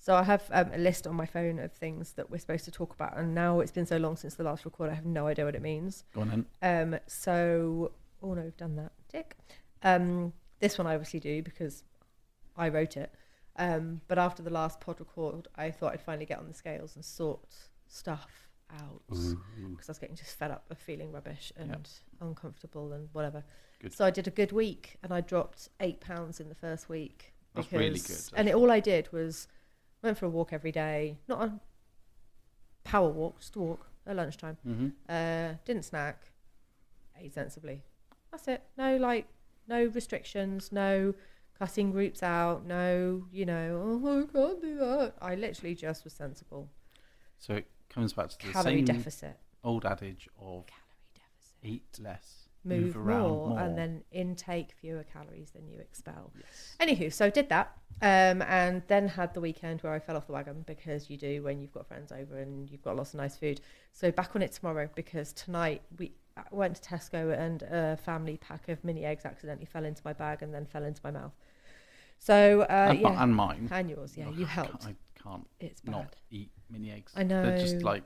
[SPEAKER 1] So I have um, a list on my phone of things that we're supposed to talk about, and now it's been so long since the last record, I have no idea what it means.
[SPEAKER 2] Go on then.
[SPEAKER 1] Um, so, oh no, I've done that. Dick. Um, this one I obviously do because I wrote it. Um, but after the last pod record, I thought I'd finally get on the scales and sort stuff out because
[SPEAKER 2] Mm-hmm.
[SPEAKER 1] I was getting just fed up of feeling rubbish and uncomfortable and whatever.
[SPEAKER 2] Good.
[SPEAKER 1] So I did a good week and I dropped eight pounds in the first week.
[SPEAKER 2] That's really good,
[SPEAKER 1] And it, all I did was went for a walk every day, not a power walk, just a walk at lunchtime.
[SPEAKER 2] Mm-hmm.
[SPEAKER 1] Uh, didn't snack. Ate sensibly. That's it. No like, no restrictions. No cutting groups out. No, you know, oh, I can't do that. I literally just was sensible.
[SPEAKER 2] So it comes back to the
[SPEAKER 1] Calorie
[SPEAKER 2] same
[SPEAKER 1] deficit.
[SPEAKER 2] old adage of
[SPEAKER 1] Calorie deficit.
[SPEAKER 2] eat less,
[SPEAKER 1] Move,
[SPEAKER 2] around
[SPEAKER 1] more, and then intake fewer calories than you expel.
[SPEAKER 2] Yes.
[SPEAKER 1] Anywho, so did that, um, and then had the weekend where I fell off the wagon because you do when you've got friends over and you've got lots of nice food. So back on it tomorrow because tonight we I went to Tesco and a family pack of mini eggs accidentally fell into my bag and then fell into my mouth. So uh,
[SPEAKER 2] and, mi-
[SPEAKER 1] yeah,
[SPEAKER 2] and mine.
[SPEAKER 1] and yours, yeah,
[SPEAKER 2] Oh,
[SPEAKER 1] you
[SPEAKER 2] I
[SPEAKER 1] helped.
[SPEAKER 2] Can't, I can't
[SPEAKER 1] It's bad.
[SPEAKER 2] not eat mini eggs.
[SPEAKER 1] I
[SPEAKER 2] They're just
[SPEAKER 1] know.
[SPEAKER 2] like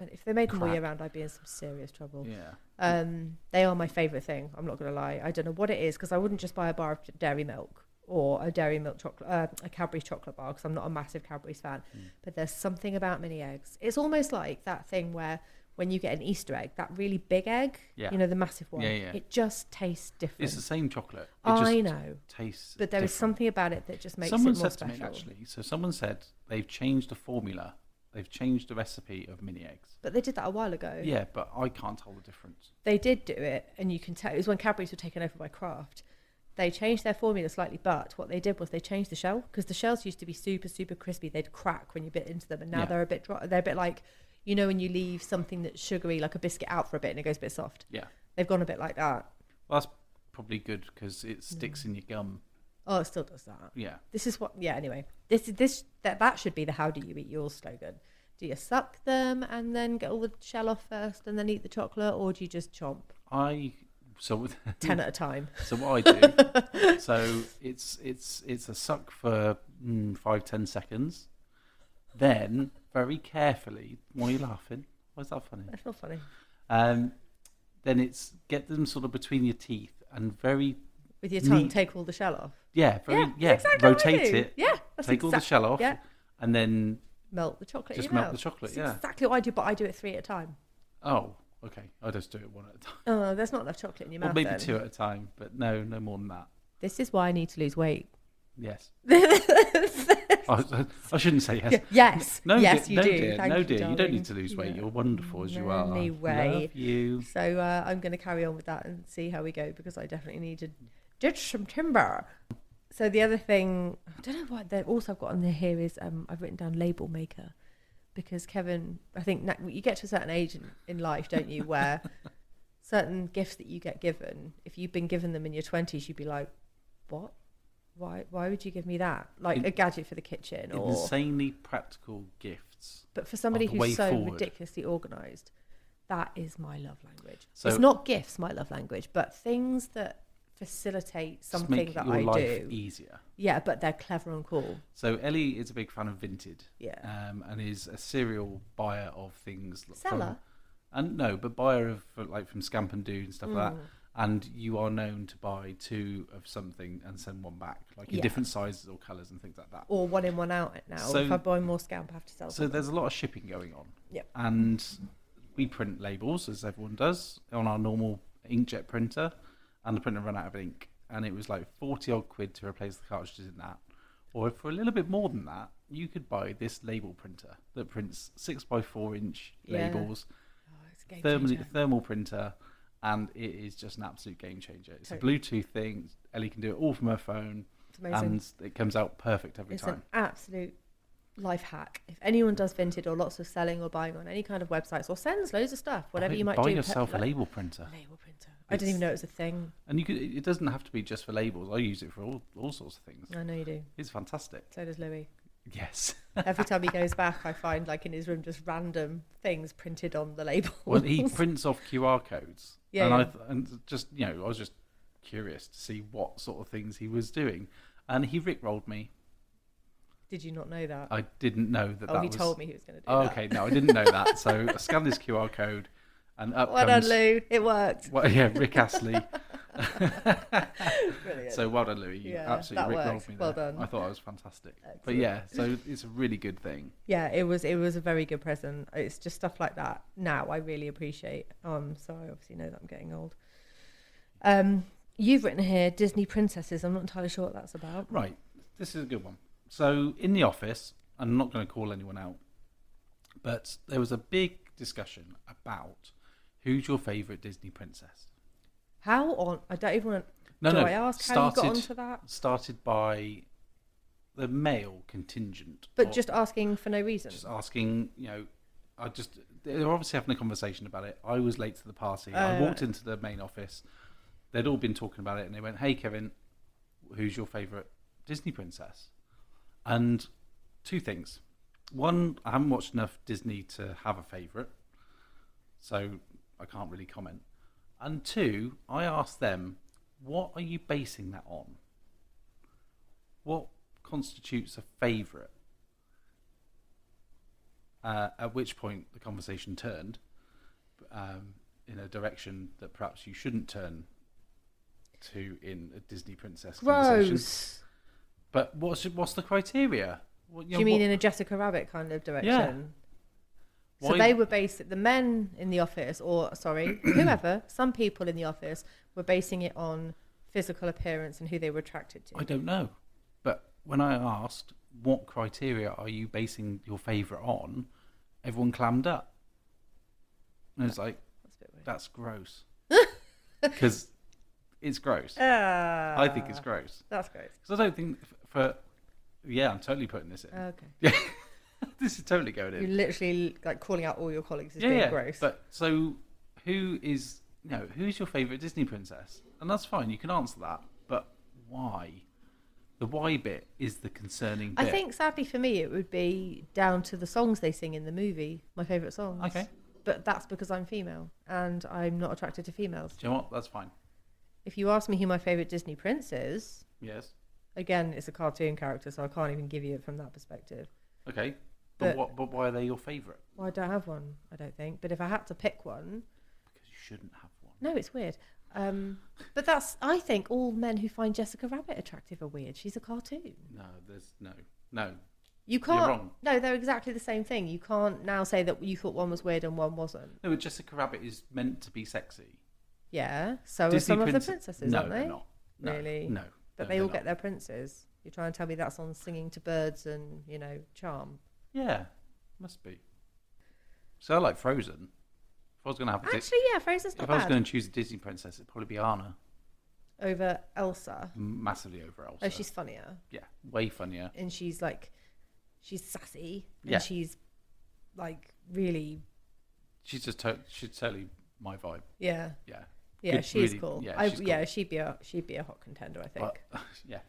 [SPEAKER 1] And If they made them all
[SPEAKER 2] crap.
[SPEAKER 1] year round, I'd be in some serious trouble.
[SPEAKER 2] yeah.
[SPEAKER 1] Um, they are my favourite thing. I'm not going to lie. I don't know what it is because I wouldn't just buy a bar of dairy milk or a dairy milk chocolate, uh, a Cadbury's chocolate bar because I'm not a massive Cadbury's fan.
[SPEAKER 2] Mm.
[SPEAKER 1] But there's something about mini eggs. It's almost like that thing where when you get an Easter egg, that really big egg,
[SPEAKER 2] Yeah.
[SPEAKER 1] you know, the massive one,
[SPEAKER 2] Yeah, yeah.
[SPEAKER 1] it just tastes different.
[SPEAKER 2] It's the same chocolate. It just
[SPEAKER 1] I know,
[SPEAKER 2] tastes.
[SPEAKER 1] but there is
[SPEAKER 2] different.
[SPEAKER 1] something about it that just makes
[SPEAKER 2] someone
[SPEAKER 1] it more
[SPEAKER 2] said
[SPEAKER 1] special.
[SPEAKER 2] to me actually. So someone said they've changed the formula. They've changed the recipe of mini eggs.
[SPEAKER 1] But they did that a while ago.
[SPEAKER 2] Yeah, but I can't tell the difference.
[SPEAKER 1] they did do it, and you can tell it was when Cadbury's were taken over by Kraft. They changed their formula slightly, but what they did was they changed the shell because the shells used to be super, super crispy. They'd crack when you bit into them, and now
[SPEAKER 2] Yeah.
[SPEAKER 1] they're a bit dry. They're a bit like, you know, when you leave something that's sugary, like a biscuit, out for a bit and it goes a bit soft.
[SPEAKER 2] Yeah,
[SPEAKER 1] They've gone a bit like that.
[SPEAKER 2] well, that's probably good because it sticks in your gum.
[SPEAKER 1] Oh, it still does that.
[SPEAKER 2] Yeah,
[SPEAKER 1] This is what. Yeah. Anyway, this is this that that should be the how do you eat yours slogan. Do you suck them and then get all the shell off first and then eat the chocolate, or do you just chomp
[SPEAKER 2] I so with-
[SPEAKER 1] ten at a time?
[SPEAKER 2] so what I do. so it's it's it's a suck for mm, five ten seconds, then very carefully. Why are you laughing? Why is that funny?
[SPEAKER 1] That's not funny.
[SPEAKER 2] Um, then it's get them sort of between your teeth and very
[SPEAKER 1] With your tongue,
[SPEAKER 2] Neat.
[SPEAKER 1] take all the shell off.
[SPEAKER 2] yeah very yeah,
[SPEAKER 1] Yeah, that's exactly what I
[SPEAKER 2] rotate
[SPEAKER 1] do.
[SPEAKER 2] it.
[SPEAKER 1] Yeah, that's
[SPEAKER 2] take all the
[SPEAKER 1] exact-
[SPEAKER 2] shell off
[SPEAKER 1] yeah.
[SPEAKER 2] and then
[SPEAKER 1] Melt the chocolate. in
[SPEAKER 2] just
[SPEAKER 1] your
[SPEAKER 2] melt
[SPEAKER 1] mouth.
[SPEAKER 2] the chocolate.
[SPEAKER 1] That's
[SPEAKER 2] Yeah.
[SPEAKER 1] exactly what I do, but I do it three at a time.
[SPEAKER 2] Oh, okay. I just do it one at a time,
[SPEAKER 1] Oh, there's not enough chocolate in your
[SPEAKER 2] or
[SPEAKER 1] mouth.
[SPEAKER 2] maybe
[SPEAKER 1] then.
[SPEAKER 2] two at a time, but no, no more than that.
[SPEAKER 1] This is why I need to lose weight.
[SPEAKER 2] Yes. I, I shouldn't say yes.
[SPEAKER 1] Yes.
[SPEAKER 2] No,
[SPEAKER 1] yes,
[SPEAKER 2] dear,
[SPEAKER 1] you
[SPEAKER 2] no,
[SPEAKER 1] do.
[SPEAKER 2] Dear,
[SPEAKER 1] Thank
[SPEAKER 2] no,
[SPEAKER 1] you,
[SPEAKER 2] dear, you don't
[SPEAKER 1] darling.
[SPEAKER 2] need to lose weight.
[SPEAKER 1] Yeah.
[SPEAKER 2] You're wonderful as you are.
[SPEAKER 1] Anyway.
[SPEAKER 2] Love you.
[SPEAKER 1] So uh, I'm going to carry on with that and see how we go because I definitely need to ditch some timber. So the other thing, I don't know what they've also got on there here is um, I've written down label maker because Kevin, I think na- you get to a certain age in, in life, don't you, where certain gifts that you get given, if you've been given them in your 20s, you'd be like, what? Why, why would you give me that? Like
[SPEAKER 2] In-
[SPEAKER 1] a gadget for the kitchen or
[SPEAKER 2] Insanely practical gifts.
[SPEAKER 1] but for somebody
[SPEAKER 2] the way
[SPEAKER 1] who's so
[SPEAKER 2] forward.
[SPEAKER 1] ridiculously organized, that is my love language.
[SPEAKER 2] So-
[SPEAKER 1] it's not gifts, my love language, but things that facilitate
[SPEAKER 2] Just
[SPEAKER 1] something
[SPEAKER 2] make
[SPEAKER 1] that
[SPEAKER 2] your
[SPEAKER 1] I
[SPEAKER 2] life e-,
[SPEAKER 1] do.
[SPEAKER 2] easier.
[SPEAKER 1] yeah, but they're clever and cool.
[SPEAKER 2] So Ellie is a big fan of Vinted,
[SPEAKER 1] Yeah.
[SPEAKER 2] um, and is a serial buyer of things. from-
[SPEAKER 1] Seller?
[SPEAKER 2] and no, but buyer of like from Scamp and Do and stuff like that.
[SPEAKER 1] Mm.
[SPEAKER 2] And you are known to buy two of something and send one back, like in
[SPEAKER 1] Yeah.
[SPEAKER 2] different sizes or colours and things like that.
[SPEAKER 1] Or one in, one out now.
[SPEAKER 2] So-
[SPEAKER 1] if I buy more scamp, I have to sell
[SPEAKER 2] So
[SPEAKER 1] so
[SPEAKER 2] there's a lot of shipping going on.
[SPEAKER 1] Yep.
[SPEAKER 2] And we print labels, as everyone does, on our normal inkjet printer, and the printer ran out of ink. And it was like 40 odd quid to replace the cartridges in that, Or for a little bit more than that, you could buy this label printer that prints six by four inch
[SPEAKER 1] Yeah.
[SPEAKER 2] labels,
[SPEAKER 3] Oh, it's a game
[SPEAKER 2] thermal,
[SPEAKER 3] changer.
[SPEAKER 2] thermal printer, and it is just an absolute game changer. It's
[SPEAKER 1] Totally.
[SPEAKER 2] a Bluetooth thing. Ellie can do it all from her phone,
[SPEAKER 1] It's amazing.
[SPEAKER 2] and it comes out perfect every
[SPEAKER 1] it's
[SPEAKER 2] time.
[SPEAKER 1] an absolute life hack. If anyone does vintage or lots of selling or buying on any kind of websites or sends loads of stuff, whatever
[SPEAKER 2] buy,
[SPEAKER 1] you might
[SPEAKER 2] buy
[SPEAKER 1] do,
[SPEAKER 2] yourself
[SPEAKER 1] pe-
[SPEAKER 2] a label printer,
[SPEAKER 3] Label printer.
[SPEAKER 1] I didn't even know it was a thing.
[SPEAKER 2] and you could, it doesn't have to be just for labels. I use it for all, all sorts of things.
[SPEAKER 1] I know you do.
[SPEAKER 2] It's fantastic.
[SPEAKER 1] So does Louis.
[SPEAKER 2] Yes.
[SPEAKER 1] Every time he goes back, I find like in his room just random things printed on the label.
[SPEAKER 2] Well, he prints off QR codes.
[SPEAKER 1] Yeah,
[SPEAKER 2] And I
[SPEAKER 1] yeah.
[SPEAKER 2] th- and just you know, I was just curious to see what sort of things he was doing, and he rickrolled me.
[SPEAKER 1] Did you not know that?
[SPEAKER 2] I didn't know that.
[SPEAKER 1] oh,
[SPEAKER 2] Uh, that
[SPEAKER 1] he
[SPEAKER 2] was...
[SPEAKER 1] told me he was going to do
[SPEAKER 2] Oh,
[SPEAKER 1] that.
[SPEAKER 2] okay, no, I didn't know that. So I scanned this QR code, and up
[SPEAKER 1] Well done,
[SPEAKER 2] comes
[SPEAKER 1] Lou. It worked.
[SPEAKER 2] Well, yeah, Rick Astley.
[SPEAKER 1] Brilliant.
[SPEAKER 2] so well done, Louis. You
[SPEAKER 1] Yeah,
[SPEAKER 2] absolutely
[SPEAKER 1] that
[SPEAKER 2] rickrolled
[SPEAKER 1] worked.
[SPEAKER 2] me. There.
[SPEAKER 1] Well done.
[SPEAKER 2] I thought I was fantastic. But
[SPEAKER 1] Excellent.
[SPEAKER 2] yeah, so it's a really good thing.
[SPEAKER 1] yeah, it was it was a very good present. It's just stuff like that now I really appreciate. Um, so I obviously know that I'm getting old. Um, you've written here Disney princesses. I'm not entirely sure what that's about.
[SPEAKER 2] Right, this is a good one. So, in the office, I'm not going to call anyone out, but there was a big discussion about who's your favourite Disney princess.
[SPEAKER 1] How on? I don't even. want
[SPEAKER 2] No,
[SPEAKER 1] do
[SPEAKER 2] no.
[SPEAKER 1] I ask how you got onto that?
[SPEAKER 2] Started by the male contingent,
[SPEAKER 1] But
[SPEAKER 2] of-
[SPEAKER 1] just asking for no reason.
[SPEAKER 2] just asking, you know. I just, they were obviously having a conversation about it. I was late to the party. I
[SPEAKER 1] Uh.
[SPEAKER 2] walked into the main office. They'd all been talking about it and they went, Hey, Kevin, who's your favourite Disney princess? And two things. One, I haven't watched enough Disney to have a favourite, so I can't really comment. And two, I asked them, What are you basing that on? What constitutes a favourite? Uh, at which point the conversation turned um, in a direction that perhaps you shouldn't turn to in a Disney princess conversation.
[SPEAKER 1] Gross.
[SPEAKER 2] But what's what's the criteria? What,
[SPEAKER 1] Do you mean in a Jessica Rabbit kind of direction? So
[SPEAKER 2] Why-
[SPEAKER 1] they were based the men in the office, or sorry, whoever, some people in the office were basing it on physical appearance and who they were attracted to.
[SPEAKER 2] I don't know. But when I asked what criteria are you basing your favourite on, everyone clammed up. And it's like
[SPEAKER 1] That's a bit weird.
[SPEAKER 2] that's gross because it's gross. I think it's
[SPEAKER 1] Ah,
[SPEAKER 2] gross
[SPEAKER 1] That's gross.
[SPEAKER 2] because I don't think f- for yeah I'm totally putting this in.
[SPEAKER 1] Okay.
[SPEAKER 2] this is totally going in.
[SPEAKER 1] You're literally like calling out all your colleagues as
[SPEAKER 2] yeah,
[SPEAKER 1] being
[SPEAKER 2] yeah.
[SPEAKER 1] gross.
[SPEAKER 2] But so, who is you know who's your favourite Disney princess? And that's fine. You can answer that, but why? The why bit is the concerning
[SPEAKER 1] I
[SPEAKER 2] bit.
[SPEAKER 1] think sadly for me it would be down to the songs they sing in the movie, my favourite songs.
[SPEAKER 2] Okay.
[SPEAKER 1] But that's because I'm female and I'm not attracted to females.
[SPEAKER 2] Do you know what? That's fine.
[SPEAKER 1] If you ask me who my favourite Disney prince is,
[SPEAKER 2] Yes.
[SPEAKER 1] again, it's a cartoon character, so I can't even give you it from that perspective.
[SPEAKER 2] Okay. But,
[SPEAKER 1] But-
[SPEAKER 2] what? But why are they your favourite?
[SPEAKER 1] Well, I don't have one, I don't think. But if I had to pick one,
[SPEAKER 2] Because you shouldn't have one.
[SPEAKER 1] no, it's weird. Um, but that's, I think, all men who find Jessica Rabbit attractive are weird. She's a cartoon.
[SPEAKER 2] No, there's no, no.
[SPEAKER 1] You can't.
[SPEAKER 2] wrong.
[SPEAKER 1] No, they're exactly the same thing. You can't now say that you thought one was weird and one wasn't.
[SPEAKER 2] No, but Jessica Rabbit is meant to be sexy.
[SPEAKER 1] Yeah. So are
[SPEAKER 2] Disney
[SPEAKER 1] some of
[SPEAKER 2] prince-
[SPEAKER 1] the princesses,
[SPEAKER 2] no,
[SPEAKER 1] aren't they?
[SPEAKER 2] they're not. No,
[SPEAKER 1] Really?
[SPEAKER 2] No.
[SPEAKER 1] But
[SPEAKER 2] no,
[SPEAKER 1] they
[SPEAKER 2] they're
[SPEAKER 1] all
[SPEAKER 2] not.
[SPEAKER 1] get their princes. You're trying to tell me that's on singing to birds and you know charm.
[SPEAKER 2] Yeah, must be. So I like Frozen. If I was going to have a Di-
[SPEAKER 1] Actually, yeah, Frozen's
[SPEAKER 2] If
[SPEAKER 1] not
[SPEAKER 2] I was
[SPEAKER 1] bad
[SPEAKER 2] going to choose a Disney princess, it'd probably be Anna,
[SPEAKER 1] over Elsa.
[SPEAKER 2] massively over Elsa.
[SPEAKER 1] Oh, she's funnier
[SPEAKER 2] yeah, way funnier.
[SPEAKER 1] and she's like, she's sassy and
[SPEAKER 2] Yeah.
[SPEAKER 1] she's like really,
[SPEAKER 2] She's just to- she's totally my vibe.
[SPEAKER 1] yeah,
[SPEAKER 2] Yeah,
[SPEAKER 1] yeah,
[SPEAKER 2] Good-
[SPEAKER 1] she's
[SPEAKER 2] really-
[SPEAKER 1] cool.
[SPEAKER 2] yeah,
[SPEAKER 1] I,
[SPEAKER 2] she's
[SPEAKER 1] yeah, she'd be a she'd be a hot contender, I think.
[SPEAKER 2] but yeah,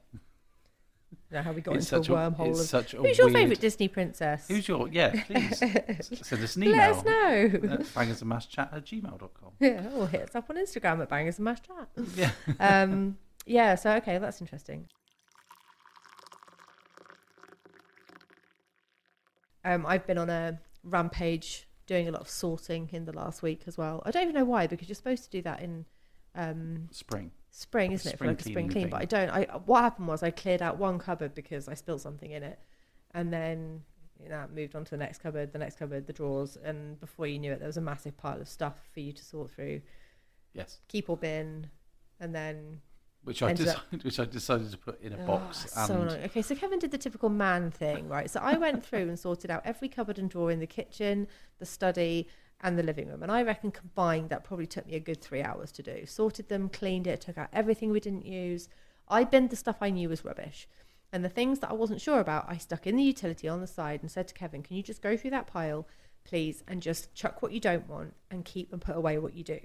[SPEAKER 1] You know how we got
[SPEAKER 2] it's
[SPEAKER 1] into a
[SPEAKER 2] such
[SPEAKER 1] wormhole
[SPEAKER 2] It's
[SPEAKER 1] of
[SPEAKER 2] such a
[SPEAKER 1] who's your
[SPEAKER 2] weird-
[SPEAKER 1] favourite Disney princess?
[SPEAKER 2] Who's your yeah? Please s- send us an email.
[SPEAKER 1] Let us know.
[SPEAKER 2] at bangersandmashchat at gmail.com.
[SPEAKER 1] yeah, or hit us up on Instagram at Bangers and Mash Chat.
[SPEAKER 2] Yeah.
[SPEAKER 1] um, yeah, so okay, that's interesting. Um, I've been on a rampage doing a lot of sorting in the last week as well. I don't even know why, because you're supposed to do that in um,
[SPEAKER 2] Spring.
[SPEAKER 1] spring, isn't it? For
[SPEAKER 2] Spring
[SPEAKER 1] like a spring
[SPEAKER 2] cleaning
[SPEAKER 1] clean, but I don't. I what happened was I cleared out one cupboard because I spilled something in it, and then you know, moved on to the next cupboard, the next cupboard, the drawers, and before you knew it, there was a massive pile of stuff for you to sort through
[SPEAKER 2] Yes.
[SPEAKER 1] keep or bin, and then
[SPEAKER 2] which I
[SPEAKER 1] Ended up-
[SPEAKER 2] decided, which I decided to put in a box.
[SPEAKER 1] Oh, so
[SPEAKER 2] and
[SPEAKER 1] annoying. Okay, so Kevin did the typical man thing, right? So I went through and sorted out every cupboard and drawer in the kitchen, the study, and the living room. And I reckon combined that probably took me a good three hours to do. Sorted them, cleaned it, took out everything we didn't use. I binned the stuff I knew was rubbish. And the things that I wasn't sure about, I stuck in the utility on the side and said to Kevin, Can you just go through that pile, please, and just chuck what you don't want and keep and put away what you do?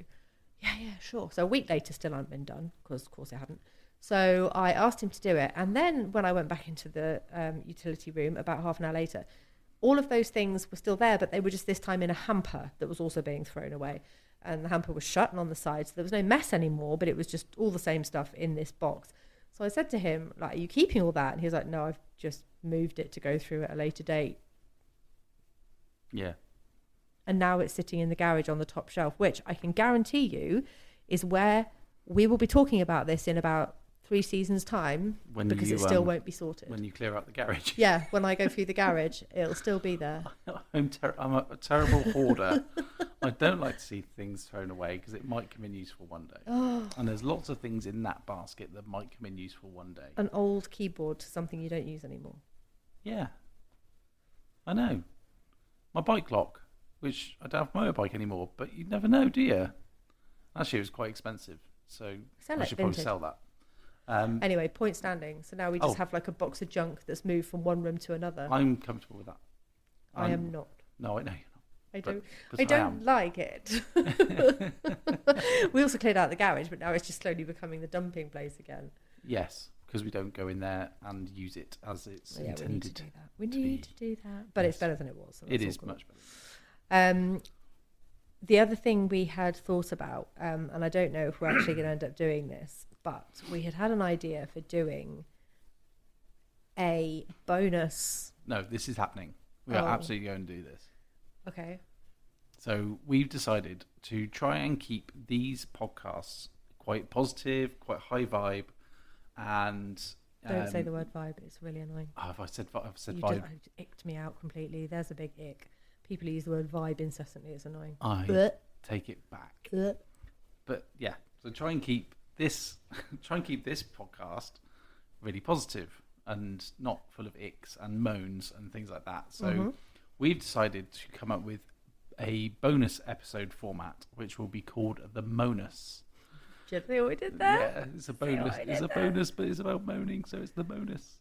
[SPEAKER 1] Yeah, yeah, sure. So a week later, still hadn't been done because, of course, it hadn't. So I asked him to do it. And then when I went back into the um, utility room about half an hour later, all of those things were still there, but they were just this time in a hamper that was also being thrown away. And the hamper was shut and on the side, so there was no mess anymore, but it was just all the same stuff in this box. So I said to him, like, are you keeping all that? And he was like, no, I've just moved it to go through at a later date.
[SPEAKER 2] yeah,
[SPEAKER 1] And now it's sitting in the garage on the top shelf, which I can guarantee you is where we will be talking about this in about three seasons' time
[SPEAKER 2] when
[SPEAKER 1] because
[SPEAKER 2] you
[SPEAKER 1] it still
[SPEAKER 2] um,
[SPEAKER 1] won't be sorted.
[SPEAKER 2] when you clear out the garage.
[SPEAKER 1] Yeah, when I go through the garage, it'll still be there.
[SPEAKER 2] I'm, ter- I'm a, a terrible hoarder. I don't like to see things thrown away because it might come in useful one day.
[SPEAKER 1] Oh,
[SPEAKER 2] And there's lots of things in that basket that might come in useful one day.
[SPEAKER 1] an old keyboard to something you don't use anymore.
[SPEAKER 2] Yeah. I know. My bike lock, which I don't have a motorbike anymore, but you never know, do you? Actually, it was quite expensive, so
[SPEAKER 1] Sell
[SPEAKER 2] I
[SPEAKER 1] it,
[SPEAKER 2] should probably
[SPEAKER 1] vintage.
[SPEAKER 2] sell that. Um,
[SPEAKER 1] Anyway, point standing. So now we just
[SPEAKER 2] Oh.
[SPEAKER 1] have like a box of junk that's moved from one room to another.
[SPEAKER 2] I'm comfortable with that.
[SPEAKER 1] I am
[SPEAKER 2] I'm-
[SPEAKER 1] not.
[SPEAKER 2] No, I know you're
[SPEAKER 1] I
[SPEAKER 2] but-
[SPEAKER 1] don't.
[SPEAKER 2] not. 'cause
[SPEAKER 1] I don't
[SPEAKER 2] am.
[SPEAKER 1] like it. we also cleared out the garage, but now it's just slowly becoming the dumping place again.
[SPEAKER 2] Yes, because we don't go in there and use it as it's
[SPEAKER 1] Yeah, we need to
[SPEAKER 2] intended.
[SPEAKER 1] do that. We
[SPEAKER 2] to
[SPEAKER 1] need
[SPEAKER 2] be-
[SPEAKER 1] to do that, but it's
[SPEAKER 2] Yes.
[SPEAKER 1] better than it was. so
[SPEAKER 2] It
[SPEAKER 1] that's all
[SPEAKER 2] is
[SPEAKER 1] good.
[SPEAKER 2] much better.
[SPEAKER 1] Um, the other thing we had thought about, um, and I don't know if we're actually going to end up doing this, but we had had an idea for doing a bonus.
[SPEAKER 2] No, this is happening. We are
[SPEAKER 1] Oh.
[SPEAKER 2] absolutely going to do this.
[SPEAKER 1] Okay.
[SPEAKER 2] So we've decided to try and keep these podcasts quite positive, quite high vibe, and
[SPEAKER 1] Don't say
[SPEAKER 2] um,
[SPEAKER 1] the word vibe. It's really annoying.
[SPEAKER 2] Oh, have I said vi- I've said
[SPEAKER 1] You
[SPEAKER 2] vibe?
[SPEAKER 1] just I- icked me out completely. There's a big ick. People who use the word vibe incessantly. It's annoying.
[SPEAKER 2] I
[SPEAKER 1] Blech,
[SPEAKER 2] take it back.
[SPEAKER 1] blech.
[SPEAKER 2] But yeah, so try and keep this, try and keep this podcast really positive and not full of icks and moans and things like that. So
[SPEAKER 1] Mm-hmm.
[SPEAKER 2] we've decided to come up with a bonus episode format, which will be called the Monus.
[SPEAKER 1] Do you see what we did there?
[SPEAKER 2] Yeah, it's a
[SPEAKER 1] what
[SPEAKER 2] bonus.
[SPEAKER 1] I
[SPEAKER 2] It's a
[SPEAKER 1] did there?
[SPEAKER 2] bonus, but it's about moaning, so it's the bonus.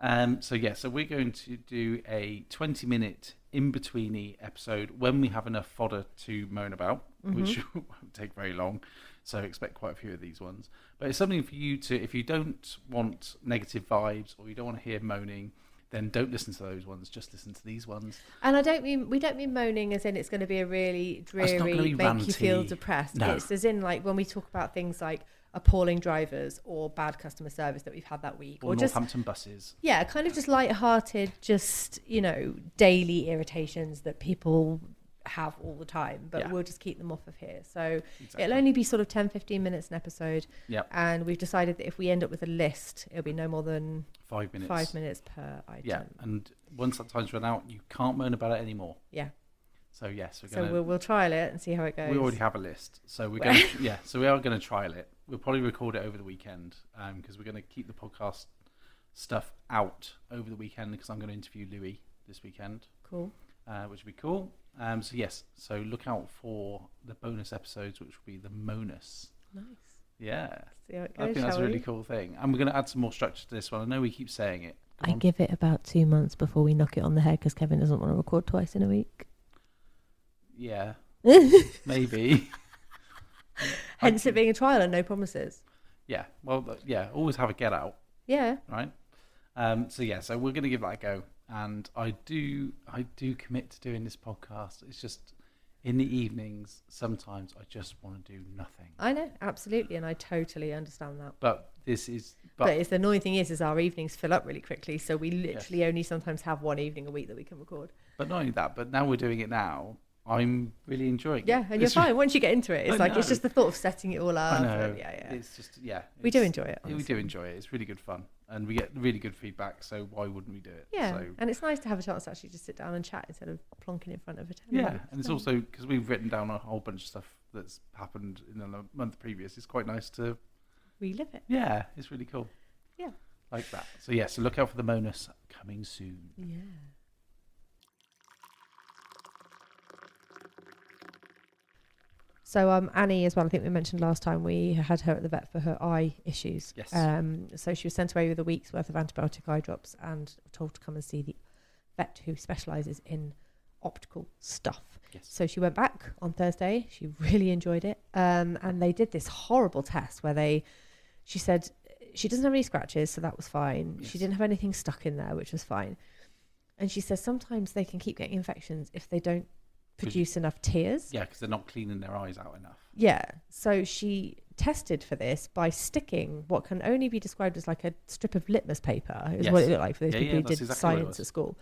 [SPEAKER 2] Um, so yeah, so we're going to do a twenty-minute in-betweeny episode when we have enough fodder to moan about,
[SPEAKER 1] Mm-hmm.
[SPEAKER 2] which won't take very long. So expect quite a few of these ones. But it's something for you to, if you don't want negative vibes or you don't want to hear moaning, then don't listen to those ones. Just listen to these ones.
[SPEAKER 1] And I don't mean we don't mean moaning as in it's going to be a really
[SPEAKER 2] not gonna
[SPEAKER 1] dreary,
[SPEAKER 2] be
[SPEAKER 1] make you feel
[SPEAKER 2] ranty.
[SPEAKER 1] depressed.
[SPEAKER 2] No.
[SPEAKER 1] It's as in like when we talk about things like appalling drivers or bad customer service that we've had that week,
[SPEAKER 2] Or,
[SPEAKER 1] or, just
[SPEAKER 2] Northampton buses.
[SPEAKER 1] yeah, kind of just light-hearted, just you know, daily irritations that people have all the time. But
[SPEAKER 2] Yeah.
[SPEAKER 1] we'll just keep them off of here. So
[SPEAKER 2] Exactly.
[SPEAKER 1] it'll only be sort of 10, 15 minutes an episode.
[SPEAKER 2] Yep.
[SPEAKER 1] And we've decided that if we end up with a list, it'll be no more than
[SPEAKER 2] Five minutes.
[SPEAKER 1] five minutes per item.
[SPEAKER 2] Yeah, and once that time's run out, you can't moan about it anymore.
[SPEAKER 1] Yeah.
[SPEAKER 2] So yes, we're
[SPEAKER 1] So
[SPEAKER 2] gonna.
[SPEAKER 1] we'll, we'll trial it and see how it goes.
[SPEAKER 2] We already have a list, so we're going. to Yeah, so we are going to trial it. We'll probably record it over the weekend because we're going to keep the podcast stuff out over the weekend because I'm going to interview Louis this weekend,
[SPEAKER 1] cool.
[SPEAKER 2] uh, which would be cool. Um, so yes, so look out for the bonus episodes, which will be the Monus.
[SPEAKER 1] Nice.
[SPEAKER 2] Yeah,
[SPEAKER 1] See how it
[SPEAKER 2] I
[SPEAKER 1] goes.
[SPEAKER 2] think that's a
[SPEAKER 1] shall
[SPEAKER 2] really
[SPEAKER 1] we?
[SPEAKER 2] cool thing, and we're going to add some more structure to this one. I know we keep saying it. Go
[SPEAKER 1] I
[SPEAKER 2] on.
[SPEAKER 1] give it about two months before we knock it on the head because Kevin doesn't want to record twice in a week.
[SPEAKER 2] yeah, maybe.
[SPEAKER 1] Hence it being a trial and no promises.
[SPEAKER 2] Yeah, well, th- yeah, always have a get out.
[SPEAKER 1] Yeah.
[SPEAKER 2] right? Um, so yeah, so we're going to give that a go, and I do, I do commit to doing this podcast. It's just in the evenings sometimes I just want to do nothing.
[SPEAKER 1] I know, absolutely, and I totally understand that.
[SPEAKER 2] But this is,
[SPEAKER 1] But,
[SPEAKER 2] but,
[SPEAKER 1] it's the annoying thing is, is our evenings fill up really quickly, so we literally only sometimes have one evening a week that we can record.
[SPEAKER 2] but not only that, but now we're doing it now. I'm really enjoying
[SPEAKER 1] Yeah,
[SPEAKER 2] it.
[SPEAKER 1] and you're
[SPEAKER 2] It's-
[SPEAKER 1] fine once you get into it. It's
[SPEAKER 2] I
[SPEAKER 1] like it's
[SPEAKER 2] know.
[SPEAKER 1] just the thought of setting it all up.
[SPEAKER 2] I know.
[SPEAKER 1] and yeah, yeah.
[SPEAKER 2] It's just yeah.
[SPEAKER 1] we do
[SPEAKER 2] it's-
[SPEAKER 1] enjoy it.
[SPEAKER 2] We
[SPEAKER 1] honestly.
[SPEAKER 2] do enjoy it. It's really good fun, and we get really good feedback. So why wouldn't we do it?
[SPEAKER 1] Yeah,
[SPEAKER 2] So,
[SPEAKER 1] and it's nice to have a chance to actually just sit down and chat instead of plonking in front of a telly.
[SPEAKER 2] yeah, and it's also because we've written down a whole bunch of stuff that's happened in the month previous. It's quite nice to
[SPEAKER 1] relive it.
[SPEAKER 2] Yeah, it's really cool.
[SPEAKER 1] Yeah.
[SPEAKER 2] Like that. So, yeah, so look out for the Monus coming soon.
[SPEAKER 1] Yeah. So um, Annie as well. I think we mentioned last time we had her at the vet for her eye issues.
[SPEAKER 2] Yes.
[SPEAKER 1] Um, so she was sent away with a week's worth of antibiotic eye drops and told to come and see the vet who specialises in optical stuff.
[SPEAKER 2] Yes.
[SPEAKER 1] So she went back on Thursday. She really enjoyed it. Um, and they did this horrible test where they, she said, she doesn't have any scratches, so that was fine.
[SPEAKER 2] Yes.
[SPEAKER 1] She didn't have anything stuck in there, which was fine. And she says sometimes they can keep getting infections if they don't
[SPEAKER 2] Could you-
[SPEAKER 1] produce enough tears.
[SPEAKER 2] Yeah, because they're not cleaning their eyes out enough.
[SPEAKER 1] Yeah. So she tested for this by sticking what can only be described as like a strip of litmus paper, is what
[SPEAKER 2] Yes.
[SPEAKER 1] it looked like for those
[SPEAKER 2] Yeah,
[SPEAKER 1] people
[SPEAKER 2] yeah,
[SPEAKER 1] who
[SPEAKER 2] that's
[SPEAKER 1] did
[SPEAKER 2] exactly what it
[SPEAKER 1] science
[SPEAKER 2] was.
[SPEAKER 1] at school,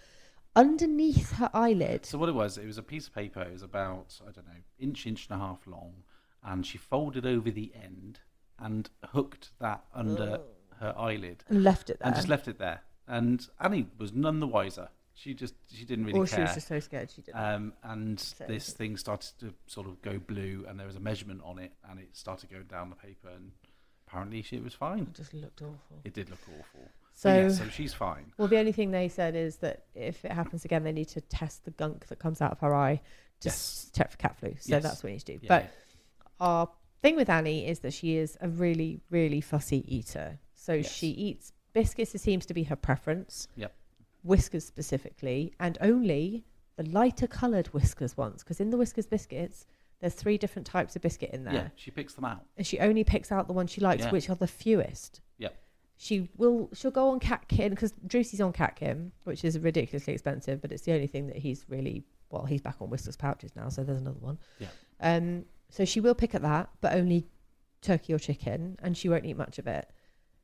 [SPEAKER 1] underneath her eyelid.
[SPEAKER 2] So what it was, it was a piece of paper. It was about I don't know, inch, inch and a half long, and she folded over the end and hooked that under her eyelid
[SPEAKER 1] Oh. and left it there.
[SPEAKER 2] and just left it there. And Annie was none the wiser. She just she didn't really
[SPEAKER 1] or
[SPEAKER 2] care.
[SPEAKER 1] Oh, she was just so scared she didn't.
[SPEAKER 2] um, and this
[SPEAKER 1] anything.
[SPEAKER 2] thing started to sort of go blue, and there was a measurement on it, and it started going down the paper, and apparently she was fine.
[SPEAKER 1] It just looked awful.
[SPEAKER 2] It did look awful. So
[SPEAKER 1] So,
[SPEAKER 2] yeah, so she's fine.
[SPEAKER 1] well, the only thing they said is that if it happens again, they need to test the gunk that comes out of her eye to
[SPEAKER 2] Yes.
[SPEAKER 1] s- check for cat flu. So
[SPEAKER 2] Yes.
[SPEAKER 1] that's what you need to do.
[SPEAKER 2] Yeah,
[SPEAKER 1] But our thing with Annie is that she is a really, really fussy eater. So
[SPEAKER 2] Yes.
[SPEAKER 1] she eats biscuits, it seems to be her preference.
[SPEAKER 2] Yep.
[SPEAKER 1] Whiskers specifically, and only the lighter coloured whiskers ones, because in the whiskers biscuits, there's three different types of biscuit in
[SPEAKER 2] yeah.
[SPEAKER 1] there.
[SPEAKER 2] yeah, she picks them out.
[SPEAKER 1] And she only picks out the ones she likes,
[SPEAKER 2] Yeah.
[SPEAKER 1] which are the fewest.
[SPEAKER 2] Yep.
[SPEAKER 1] She will. She'll go on Catkin because Drusey's on Catkin, which is ridiculously expensive, but it's the only thing that he's really. Well, he's back on Whiskers pouches now, so there's another one.
[SPEAKER 2] Yeah.
[SPEAKER 1] Um. So she will pick at that, but only turkey or chicken, and she won't eat much of it.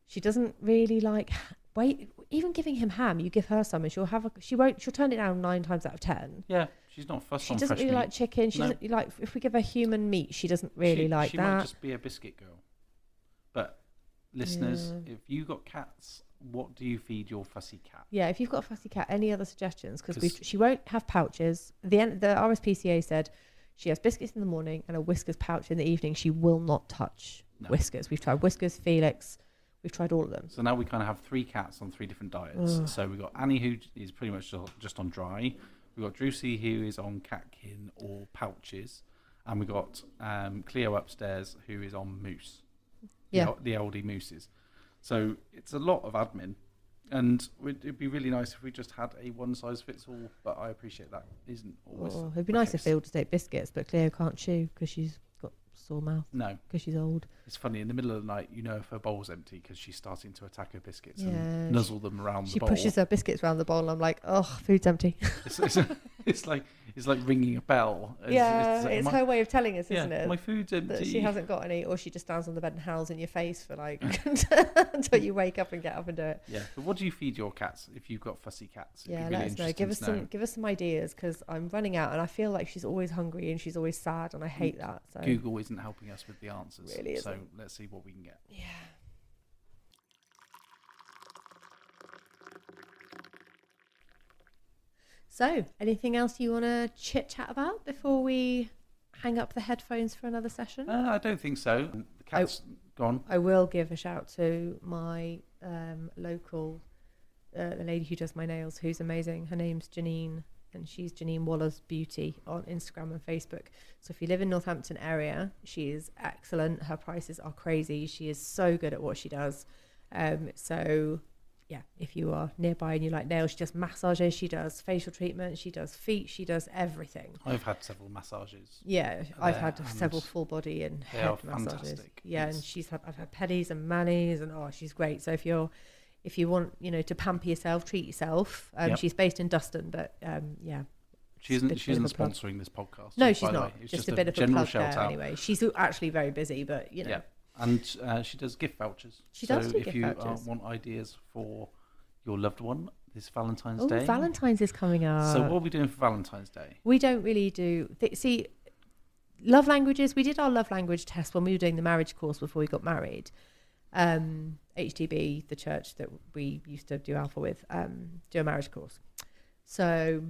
[SPEAKER 1] She doesn't really like. ha- Wait, even giving him ham, you give her some, and she'll have a. She won't. She'll turn it down nine times out of ten.
[SPEAKER 2] Yeah, she's not fussed
[SPEAKER 1] She
[SPEAKER 2] on
[SPEAKER 1] doesn't
[SPEAKER 2] fresh
[SPEAKER 1] really
[SPEAKER 2] meat.
[SPEAKER 1] like chicken. She
[SPEAKER 2] No.
[SPEAKER 1] doesn't like if we give her human meat. She doesn't really
[SPEAKER 2] she,
[SPEAKER 1] like
[SPEAKER 2] she
[SPEAKER 1] that.
[SPEAKER 2] might just be a biscuit girl. But listeners,
[SPEAKER 1] Yeah.
[SPEAKER 2] if you got cats, what do you feed your fussy cat?
[SPEAKER 1] Yeah, if you've got a fussy cat, any other suggestions? Because
[SPEAKER 2] 'Cause-
[SPEAKER 1] she won't have pouches. The N- the RSPCA said she has biscuits in the morning and a whiskers pouch in the evening. She will not touch
[SPEAKER 2] No.
[SPEAKER 1] whiskers. We've tried whiskers, Felix. We've tried all of them.
[SPEAKER 2] So now we kind of have three cats on three different diets.
[SPEAKER 1] Ugh.
[SPEAKER 2] So we've got Annie, who j- is pretty much just- just on dry. We've got Drusy, who is on catkin or pouches. And we've got um, Cleo upstairs, who is on moose.
[SPEAKER 1] Yeah.
[SPEAKER 2] The, el- the LD mooses. So it's a lot of admin. And we'd- it'd be really nice if we just had a one size fits all, but I appreciate that isn't always.
[SPEAKER 1] Oh, it'd be
[SPEAKER 2] the
[SPEAKER 1] nice if
[SPEAKER 2] case.
[SPEAKER 1] they all just ate biscuits, but Cleo can't chew because she's got sore mouth
[SPEAKER 2] No,
[SPEAKER 1] because she's old.
[SPEAKER 2] It's funny in the middle of the night, you know, if her bowl's empty because she's starting to attack her biscuits
[SPEAKER 1] Yeah,
[SPEAKER 2] and nuzzle them around
[SPEAKER 1] She
[SPEAKER 2] the bowl.
[SPEAKER 1] pushes her biscuits around the bowl, and I'm like, oh, food's empty.
[SPEAKER 2] It's, it's, it's like it's like ringing a bell. It's,
[SPEAKER 1] yeah, it's,
[SPEAKER 2] like, "My-
[SPEAKER 1] her way of telling us,
[SPEAKER 2] yeah,
[SPEAKER 1] isn't it?
[SPEAKER 2] My food's empty.
[SPEAKER 1] that she hasn't got any, or she just stands on the bed and howls in your face for like until you wake up and get up and do it.
[SPEAKER 2] Yeah, but what do you feed your cats if you've got fussy cats? It'd be
[SPEAKER 1] Yeah,
[SPEAKER 2] really
[SPEAKER 1] let us know.
[SPEAKER 2] interesting
[SPEAKER 1] Give
[SPEAKER 2] to
[SPEAKER 1] us some give us some ideas because I'm running out, and I feel like she's always hungry and she's always sad, and I hate that. So
[SPEAKER 2] Google isn't helping us with the answers.
[SPEAKER 1] Really
[SPEAKER 2] so
[SPEAKER 1] isn't.
[SPEAKER 2] let's see what we can get.
[SPEAKER 1] yeah, so anything else you want to chit chat about before we hang up the headphones for another session?
[SPEAKER 2] Uh, I don't think so. The cat's gone.
[SPEAKER 1] I will give a shout to my um, local, uh, the lady who does my nails, who's amazing. Her name's Janine, and she's Janine Waller's Beauty on Instagram and Facebook. So if you live in Northampton area, she is excellent. Her prices are crazy. She is so good at what she does. Um, so yeah, if you are nearby and you like nails, she does massages, she does facial treatments, she does feet, she does everything.
[SPEAKER 2] I've had several massages.
[SPEAKER 1] Yeah, I've
[SPEAKER 2] their
[SPEAKER 1] had
[SPEAKER 2] hands.
[SPEAKER 1] several full body and
[SPEAKER 2] They
[SPEAKER 1] head
[SPEAKER 2] are
[SPEAKER 1] massages.
[SPEAKER 2] fantastic.
[SPEAKER 1] Yeah,
[SPEAKER 2] It's-
[SPEAKER 1] and she's had I've had pedis and manis and oh, she's great. So if you're if you want, you know, to pamper yourself, treat yourself. Um,
[SPEAKER 2] Yep.
[SPEAKER 1] She's based in Dustin, but um, yeah,
[SPEAKER 2] She
[SPEAKER 1] It's a
[SPEAKER 2] isn't.
[SPEAKER 1] bit-
[SPEAKER 2] She
[SPEAKER 1] bit of
[SPEAKER 2] isn't
[SPEAKER 1] a plug.
[SPEAKER 2] sponsoring this podcast. by
[SPEAKER 1] no, she's
[SPEAKER 2] the
[SPEAKER 1] not.
[SPEAKER 2] way. It's
[SPEAKER 1] Just, a bit of a
[SPEAKER 2] general
[SPEAKER 1] plug
[SPEAKER 2] shout
[SPEAKER 1] there,
[SPEAKER 2] out.
[SPEAKER 1] anyway. She's actually very busy, but you know,
[SPEAKER 2] Yeah. And uh, she does gift vouchers.
[SPEAKER 1] She
[SPEAKER 2] so
[SPEAKER 1] does do
[SPEAKER 2] if
[SPEAKER 1] gift
[SPEAKER 2] you
[SPEAKER 1] vouchers.
[SPEAKER 2] Uh, want ideas for your loved one this Valentine's
[SPEAKER 1] oh,
[SPEAKER 2] Day.
[SPEAKER 1] Valentine's is coming up.
[SPEAKER 2] So what are we doing for Valentine's Day?
[SPEAKER 1] We don't really do. Th- see, love languages. We did our love language test when we were doing the marriage course before we got married. Um, HDB, the church that we used to do alpha with, um, do a marriage course. So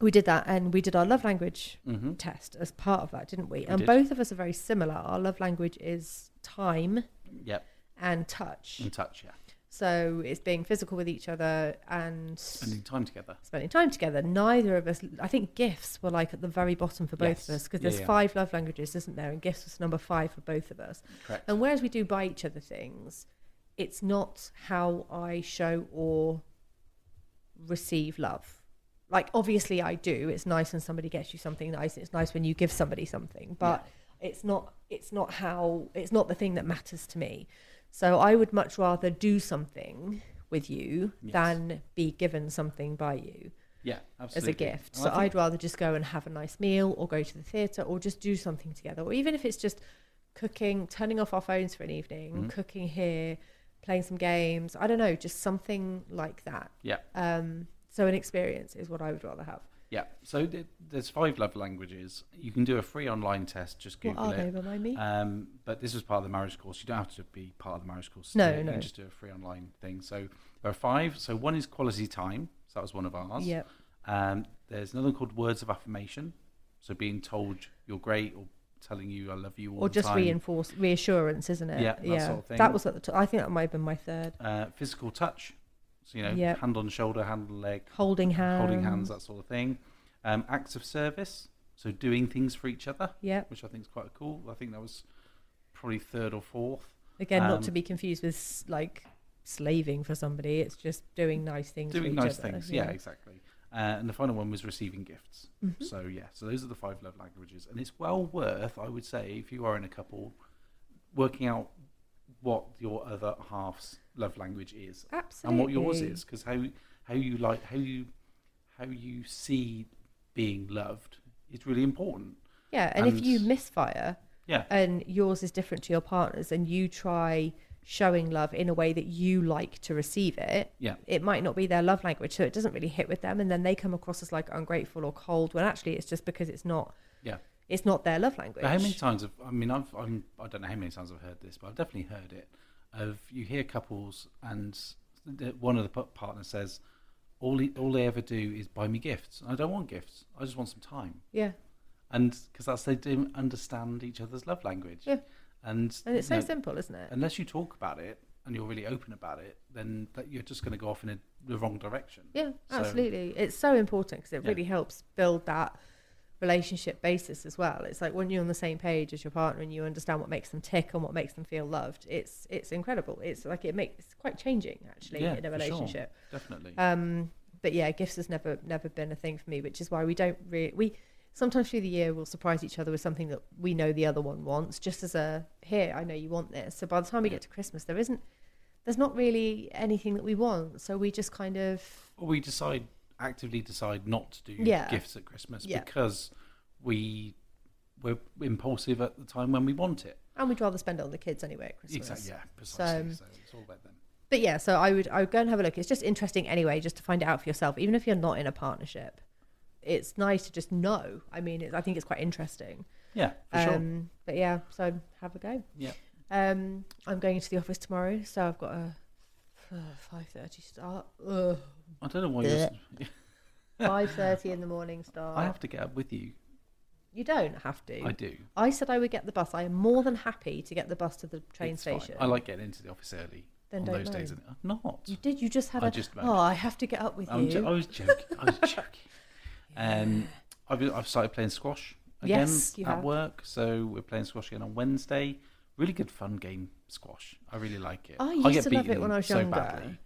[SPEAKER 1] we did that, and we did our love language
[SPEAKER 2] Mm-hmm.
[SPEAKER 1] test as part of that, didn't we?
[SPEAKER 2] We
[SPEAKER 1] and
[SPEAKER 2] did.
[SPEAKER 1] both of us are very similar. Our love language is time
[SPEAKER 2] Yep.
[SPEAKER 1] and touch.
[SPEAKER 2] and touch, yeah,
[SPEAKER 1] So it's being physical with each other and
[SPEAKER 2] spending time together.
[SPEAKER 1] spending time together. Neither of us, I think gifts were like at the very bottom for both of
[SPEAKER 2] Yes.
[SPEAKER 1] us because
[SPEAKER 2] Yeah,
[SPEAKER 1] there's
[SPEAKER 2] yeah.
[SPEAKER 1] five love languages, isn't there? And gifts was number five for both of us.
[SPEAKER 2] Correct.
[SPEAKER 1] And whereas we do buy each other things, it's not how I show or receive love. Like, obviously, I do. It's nice when somebody gets you something nice. It's nice when you give somebody something, but it's not. It's not how. It's not the thing that matters to me. So I would much rather do something with you
[SPEAKER 2] Yes.
[SPEAKER 1] than be given something by you
[SPEAKER 2] Yeah, absolutely.
[SPEAKER 1] as a gift.
[SPEAKER 2] And
[SPEAKER 1] So
[SPEAKER 2] I think-
[SPEAKER 1] I'd rather just go and have a nice meal or go to the theatre or just do something together. Or even if it's just cooking, turning off our phones for an evening,
[SPEAKER 2] Mhm.
[SPEAKER 1] cooking here, playing some games. I don't know, just something like that.
[SPEAKER 2] Yeah.
[SPEAKER 1] Um, so an experience is what I would rather have.
[SPEAKER 2] yeah. So th- there's five love languages. You can do a free online test. Just Google
[SPEAKER 1] what are
[SPEAKER 2] it.
[SPEAKER 1] they? Remind me.
[SPEAKER 2] Um, but this was part of the marriage course. You don't have to be part of the marriage course. to
[SPEAKER 1] No,
[SPEAKER 2] do it. You
[SPEAKER 1] no.
[SPEAKER 2] can just do a free online thing. So there are five. So one is quality time. So that was one of ours.
[SPEAKER 1] Yep.
[SPEAKER 2] Um, there's another called words of affirmation. So being told you're great or telling you I love you all
[SPEAKER 1] Or
[SPEAKER 2] the
[SPEAKER 1] just
[SPEAKER 2] time.
[SPEAKER 1] reinforce reassurance, isn't it?
[SPEAKER 2] Yeah, that sort of thing.
[SPEAKER 1] That was at the t- I think that might have been my third.
[SPEAKER 2] uh, physical touch. So you know,
[SPEAKER 1] Yep.
[SPEAKER 2] hand on shoulder, hand on leg,
[SPEAKER 1] Holding hands.
[SPEAKER 2] holding hands, that sort of thing. Um, acts of service. So doing things for each other,
[SPEAKER 1] Yep.
[SPEAKER 2] which I think is quite cool. I think that was probably third or fourth.
[SPEAKER 1] Again, not
[SPEAKER 2] Um,
[SPEAKER 1] to be confused with s- like slaving for somebody. It's just doing nice things. for
[SPEAKER 2] doing
[SPEAKER 1] each
[SPEAKER 2] nice
[SPEAKER 1] other.
[SPEAKER 2] things. Yeah, exactly. Uh, and the final one was receiving gifts.
[SPEAKER 1] Mhm.
[SPEAKER 2] So yeah, so those are the five love languages, and it's well worth, I would say, if you are in a couple, working out what your other half's love language is
[SPEAKER 1] Absolutely.
[SPEAKER 2] and what yours is, because how how you like how you how you see being loved is really important.
[SPEAKER 1] Yeah, and, if
[SPEAKER 2] And-
[SPEAKER 1] you misfire
[SPEAKER 2] Yeah,
[SPEAKER 1] and yours is different to your partner's and you try showing love in a way that you like to receive it,
[SPEAKER 2] yeah,
[SPEAKER 1] it might not be their love language, so it doesn't really hit with them and then they come across as like ungrateful or cold when actually it's just because it's not
[SPEAKER 2] yeah.
[SPEAKER 1] it's not their love language.
[SPEAKER 2] But how many times have I mean I've I'm, I don't know how many times I've heard this, but I've definitely heard it. Of you hear couples and the- one of the p- partners says, "All he, all they ever do is buy me gifts. I don't want gifts. I just want some time."
[SPEAKER 1] Yeah.
[SPEAKER 2] And because that's they don't understand each other's love language.
[SPEAKER 1] Yeah.
[SPEAKER 2] And
[SPEAKER 1] And it's so
[SPEAKER 2] you know,
[SPEAKER 1] simple, isn't it?
[SPEAKER 2] unless you talk about it and you're really open about it, then that you're just going to go off in a, the wrong direction.
[SPEAKER 1] Yeah,
[SPEAKER 2] So-
[SPEAKER 1] absolutely. It's so important because it
[SPEAKER 2] Yeah.
[SPEAKER 1] really helps build that relationship basis as well. It's like when you're on the same page as your partner and you understand what makes them tick and what makes them feel loved. It's it's incredible. It's like it makes it's quite changing actually
[SPEAKER 2] Yeah,
[SPEAKER 1] in a
[SPEAKER 2] for sure.
[SPEAKER 1] relationship.
[SPEAKER 2] Definitely.
[SPEAKER 1] Um, but yeah, gifts has never never been a thing for me, which is why we don't really we sometimes through the year we'll surprise each other with something that we know the other one wants, just as a here I know you want this. So by the time we
[SPEAKER 2] Yeah.
[SPEAKER 1] get to Christmas, there isn't there's not really anything that we want, so we just kind of
[SPEAKER 2] Or we decide actively decide not to do
[SPEAKER 1] Yeah.
[SPEAKER 2] gifts at Christmas
[SPEAKER 1] Yeah.
[SPEAKER 2] because we we're impulsive at the time when we want it.
[SPEAKER 1] And we'd rather spend it on the kids anyway at Christmas.
[SPEAKER 2] Exactly. Yeah. Precisely. So, it's all about them.
[SPEAKER 1] But yeah, so I would I would go and have a look. It's just interesting anyway, just to find it out for yourself, even if you're not in a partnership. It's nice to just know. I mean, it, I think it's quite interesting.
[SPEAKER 2] Yeah. For sure.
[SPEAKER 1] um, But yeah, so have a go.
[SPEAKER 2] Yeah.
[SPEAKER 1] Um, I'm going into the office tomorrow, so I've got a uh, 5.30 start. Ugh.
[SPEAKER 2] I don't know why you're. s-
[SPEAKER 1] 5.30 in the morning start.
[SPEAKER 2] I have to get up with you.
[SPEAKER 1] You don't have to.
[SPEAKER 2] I do.
[SPEAKER 1] I said I would get the bus. I am more than happy to get the bus to the train
[SPEAKER 2] It's fine.
[SPEAKER 1] station.
[SPEAKER 2] I like getting into the office early
[SPEAKER 1] Then
[SPEAKER 2] on
[SPEAKER 1] don't
[SPEAKER 2] those days.
[SPEAKER 1] moan.
[SPEAKER 2] I'm not.
[SPEAKER 1] You did. You just had a.
[SPEAKER 2] I just moaned.
[SPEAKER 1] oh, I have to get up with
[SPEAKER 2] I'm
[SPEAKER 1] you.
[SPEAKER 2] jo- I was joking. I was joking. Um, I've, I've started playing squash again
[SPEAKER 1] Yes, you
[SPEAKER 2] at
[SPEAKER 1] have.
[SPEAKER 2] work. So we're playing squash again on Wednesday. Really good fun game, squash. I really like it.
[SPEAKER 1] I
[SPEAKER 2] I
[SPEAKER 1] used
[SPEAKER 2] get
[SPEAKER 1] to love it
[SPEAKER 2] beaten
[SPEAKER 1] when I was
[SPEAKER 2] so
[SPEAKER 1] younger.
[SPEAKER 2] badly,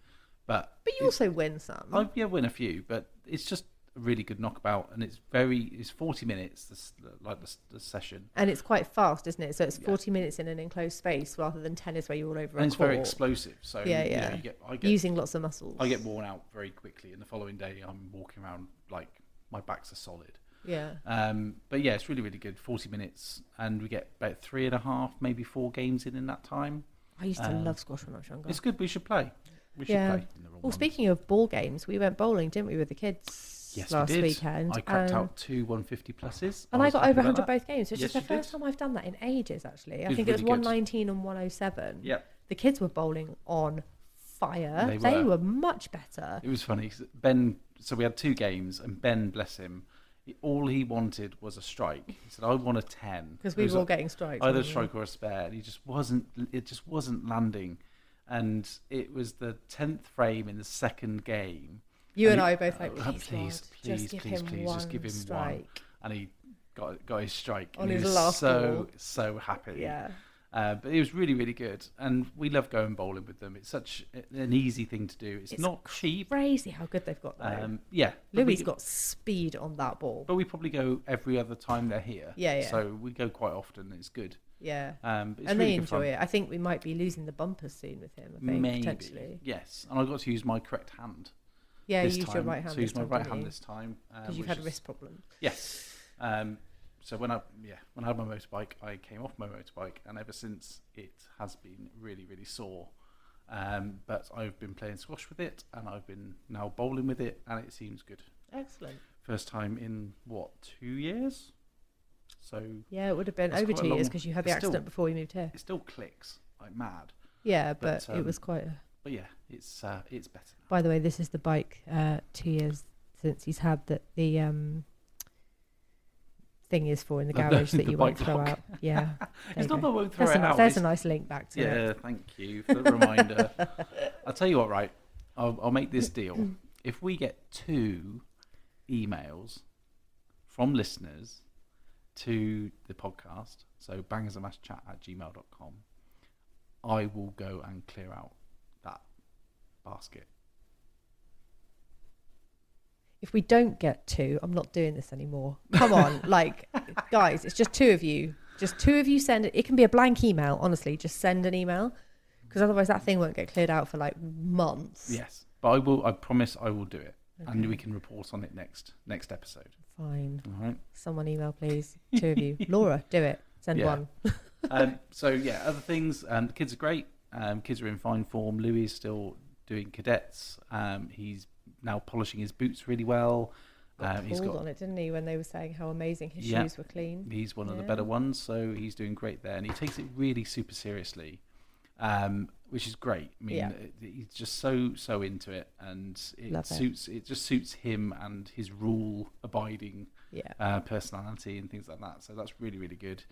[SPEAKER 2] but
[SPEAKER 1] But you
[SPEAKER 2] it's-
[SPEAKER 1] also win some.
[SPEAKER 2] I yeah, win a few, but it's just a really good knockabout, and it's very it's forty minutes this, like the, the session,
[SPEAKER 1] and it's quite fast, isn't it? So it's
[SPEAKER 2] Yeah.
[SPEAKER 1] 40 minutes in an enclosed space rather than tennis where you're all over
[SPEAKER 2] and
[SPEAKER 1] a
[SPEAKER 2] it's very
[SPEAKER 1] court,
[SPEAKER 2] explosive. So
[SPEAKER 1] Yeah,
[SPEAKER 2] you know,
[SPEAKER 1] yeah.
[SPEAKER 2] you get I get
[SPEAKER 1] using lots of muscles.
[SPEAKER 2] I get worn out very quickly, and the following day I'm walking around like my backs are solid.
[SPEAKER 1] Yeah.
[SPEAKER 2] Um, but yeah, it's really really good. Forty minutes, and we get about three and a half, maybe four games in in that time.
[SPEAKER 1] I used to
[SPEAKER 2] Um,
[SPEAKER 1] love squash when I was younger.
[SPEAKER 2] It's good. We should play. We should
[SPEAKER 1] Yeah.
[SPEAKER 2] play. In the wrong
[SPEAKER 1] Well,
[SPEAKER 2] one.
[SPEAKER 1] speaking of ball games, we went bowling, didn't we, with the kids
[SPEAKER 2] Yes,
[SPEAKER 1] last
[SPEAKER 2] we did.
[SPEAKER 1] weekend?
[SPEAKER 2] I cracked
[SPEAKER 1] and,
[SPEAKER 2] out two 150 pluses.
[SPEAKER 1] And I,
[SPEAKER 2] was
[SPEAKER 1] got
[SPEAKER 2] happy
[SPEAKER 1] over
[SPEAKER 2] about
[SPEAKER 1] 100
[SPEAKER 2] that.
[SPEAKER 1] both games, which
[SPEAKER 2] Yes,
[SPEAKER 1] is the
[SPEAKER 2] you did.
[SPEAKER 1] first time I've done that in ages, actually. I
[SPEAKER 2] was
[SPEAKER 1] think it was
[SPEAKER 2] really good.
[SPEAKER 1] 119 and 107.
[SPEAKER 2] Yeah,
[SPEAKER 1] The kids were bowling on fire.
[SPEAKER 2] They
[SPEAKER 1] they
[SPEAKER 2] were.
[SPEAKER 1] were much better.
[SPEAKER 2] It was funny. 'cause Ben, so we had two games, and Ben, bless him, He- All he wanted was a strike. He said, "I want a 10.
[SPEAKER 1] because
[SPEAKER 2] It
[SPEAKER 1] we
[SPEAKER 2] was
[SPEAKER 1] were all getting strikes.
[SPEAKER 2] either
[SPEAKER 1] weren't we?
[SPEAKER 2] strike or a spare. And he just wasn't. It just wasn't landing. And it was the tenth frame in the second game,
[SPEAKER 1] You and
[SPEAKER 2] and
[SPEAKER 1] I
[SPEAKER 2] he-
[SPEAKER 1] were both like,
[SPEAKER 2] Oh,
[SPEAKER 1] please,
[SPEAKER 2] please,
[SPEAKER 1] Lord,
[SPEAKER 2] please,
[SPEAKER 1] just give
[SPEAKER 2] please,
[SPEAKER 1] him
[SPEAKER 2] please,
[SPEAKER 1] one
[SPEAKER 2] just give him one."
[SPEAKER 1] strike.
[SPEAKER 2] and he got got his strike.
[SPEAKER 1] On
[SPEAKER 2] and he
[SPEAKER 1] his
[SPEAKER 2] was
[SPEAKER 1] last
[SPEAKER 2] so
[SPEAKER 1] ball.
[SPEAKER 2] so happy.
[SPEAKER 1] Yeah,
[SPEAKER 2] Uh, but it was really really good, and we love going bowling with them. It's such an easy thing to do. It's,
[SPEAKER 1] It's
[SPEAKER 2] not cheap.
[SPEAKER 1] crazy how good they've got that.
[SPEAKER 2] Um, yeah, but
[SPEAKER 1] Louis
[SPEAKER 2] we-
[SPEAKER 1] got speed on that ball.
[SPEAKER 2] But we probably go every other time they're here.
[SPEAKER 1] Yeah, yeah.
[SPEAKER 2] So we go quite often. It's good.
[SPEAKER 1] Yeah,
[SPEAKER 2] Um, but it's
[SPEAKER 1] and
[SPEAKER 2] really
[SPEAKER 1] they
[SPEAKER 2] good fun.
[SPEAKER 1] enjoy it. I think we might be losing the bumper soon with him. I think
[SPEAKER 2] Maybe.
[SPEAKER 1] potentially.
[SPEAKER 2] Yes, and I got to use my correct hand.
[SPEAKER 1] Yeah,
[SPEAKER 2] this
[SPEAKER 1] you use
[SPEAKER 2] time.
[SPEAKER 1] your right hand.
[SPEAKER 2] So use
[SPEAKER 1] this
[SPEAKER 2] my
[SPEAKER 1] time,
[SPEAKER 2] right
[SPEAKER 1] didn't
[SPEAKER 2] hand
[SPEAKER 1] you?
[SPEAKER 2] this time. um,
[SPEAKER 1] because you've
[SPEAKER 2] which
[SPEAKER 1] had
[SPEAKER 2] is-
[SPEAKER 1] wrist problems.
[SPEAKER 2] Yes. Um, so when I yeah when I had my motorbike, I came off my motorbike, and ever since it has been really really sore. Um, but I've been playing squash with it, and I've been now bowling with it, and it seems good.
[SPEAKER 1] Excellent.
[SPEAKER 2] First time in what two years? So
[SPEAKER 1] Yeah, it would have been
[SPEAKER 2] That's
[SPEAKER 1] over
[SPEAKER 2] quite
[SPEAKER 1] two
[SPEAKER 2] a
[SPEAKER 1] years
[SPEAKER 2] long-
[SPEAKER 1] because you had the
[SPEAKER 2] it's still-
[SPEAKER 1] accident before you moved here.
[SPEAKER 2] it still clicks like mad.
[SPEAKER 1] Yeah, but,
[SPEAKER 2] but, um,
[SPEAKER 1] it was quite. A...
[SPEAKER 2] But yeah, it's uh, it's better. now.
[SPEAKER 1] By the way, this is the bike uh, two years since he's had that the um, thing is for in the
[SPEAKER 2] The- the-
[SPEAKER 1] garage that
[SPEAKER 2] the
[SPEAKER 1] you won't
[SPEAKER 2] bike
[SPEAKER 1] throw
[SPEAKER 2] lock.
[SPEAKER 1] out. Yeah, there you
[SPEAKER 2] It's not
[SPEAKER 1] go.
[SPEAKER 2] that I won't throw
[SPEAKER 1] That's
[SPEAKER 2] it
[SPEAKER 1] a, ni-
[SPEAKER 2] out.
[SPEAKER 1] there's a
[SPEAKER 2] it's-
[SPEAKER 1] nice link back to it.
[SPEAKER 2] yeah, thank you for the reminder. I'll tell you what, right? I'll, I'll make this deal. If we get two emails from listeners to the podcast, so bangersamashchat at gmail.com, I will go and clear out that basket.
[SPEAKER 1] If we don't get two, I'm not doing this anymore. Come on, like guys, it's just two of you. Just two of you send it. It can be a blank email, honestly. Just send an email because otherwise that thing won't get cleared out for like months.
[SPEAKER 2] Yes. But I will, I promise I will do it. And
[SPEAKER 1] Okay.
[SPEAKER 2] we can report on it next next episode.
[SPEAKER 1] Fine.
[SPEAKER 2] All right.
[SPEAKER 1] Someone email, please. Two of you. Laura, do it. Send
[SPEAKER 2] Yeah.
[SPEAKER 1] one.
[SPEAKER 2] um, so yeah, other things. Um, the kids are great. Um, kids are in fine form. Louis is still doing cadets. Um, he's now polishing his boots really well.
[SPEAKER 1] Got
[SPEAKER 2] Um, he's
[SPEAKER 1] called
[SPEAKER 2] got
[SPEAKER 1] on it, didn't he, when they were saying how amazing his
[SPEAKER 2] Yeah.
[SPEAKER 1] shoes were clean?
[SPEAKER 2] he's one of the
[SPEAKER 1] Yeah.
[SPEAKER 2] better ones, so he's doing great there, and he takes it really super seriously, um, which is great. I mean,
[SPEAKER 1] Yeah.
[SPEAKER 2] it- he's just so so into it, and it
[SPEAKER 1] Love it.
[SPEAKER 2] suits it just suits him and his rule abiding
[SPEAKER 1] Yeah.
[SPEAKER 2] uh, personality and things like that. So that's really really good.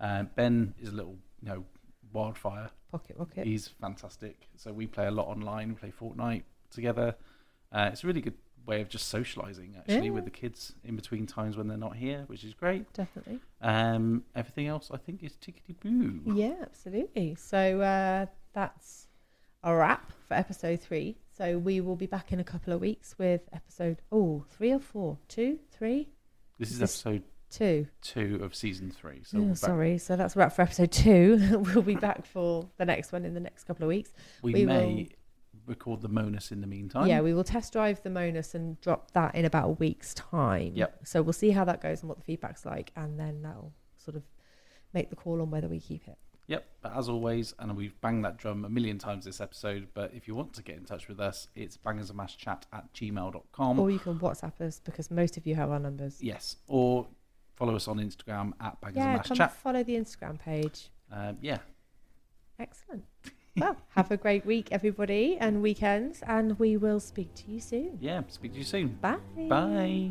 [SPEAKER 2] Um, ben is a little you know wildfire
[SPEAKER 1] Pocket rocket.
[SPEAKER 2] He's fantastic. So we play a lot online. We play Fortnite together. Uh, it's a really good way of just socializing actually
[SPEAKER 1] Yeah.
[SPEAKER 2] with the kids in between times when they're not here, which is great.
[SPEAKER 1] Definitely.
[SPEAKER 2] Um, everything else I think is tickety boo.
[SPEAKER 1] Yeah, absolutely. So uh, that's a wrap for episode three. So we will be back in a couple of weeks with episode, oh, three or four? Two? Three?
[SPEAKER 2] This is
[SPEAKER 1] This-
[SPEAKER 2] episode
[SPEAKER 1] Two.
[SPEAKER 2] two of season three. So
[SPEAKER 1] Oh,
[SPEAKER 2] we're back-
[SPEAKER 1] sorry. So that's a wrap for episode two. we'll be back for the next one in the next couple of weeks.
[SPEAKER 2] we,
[SPEAKER 1] we
[SPEAKER 2] may record the Monus in the meantime.
[SPEAKER 1] Yeah, we will test drive the Monus and drop that in about a week's time.
[SPEAKER 2] Yep.
[SPEAKER 1] So we'll see how that goes and what the feedback's like, and then that'll sort of make the call on whether we keep it.
[SPEAKER 2] Yep. But as always, and we've banged that drum a million times this episode, but if you want to get in touch with us, it's bangersandmashchat at gmail.com.
[SPEAKER 1] or you can WhatsApp us because most of you have our numbers.
[SPEAKER 2] Yes. Or follow us on Instagram at bangers
[SPEAKER 1] Yeah,
[SPEAKER 2] and mash
[SPEAKER 1] come
[SPEAKER 2] chat.
[SPEAKER 1] follow the Instagram page.
[SPEAKER 2] Um, yeah.
[SPEAKER 1] Excellent. Well, have a great week, everybody, and weekends, and we will speak to you soon.
[SPEAKER 2] Yeah. Speak to you soon.
[SPEAKER 1] Bye.
[SPEAKER 2] Bye.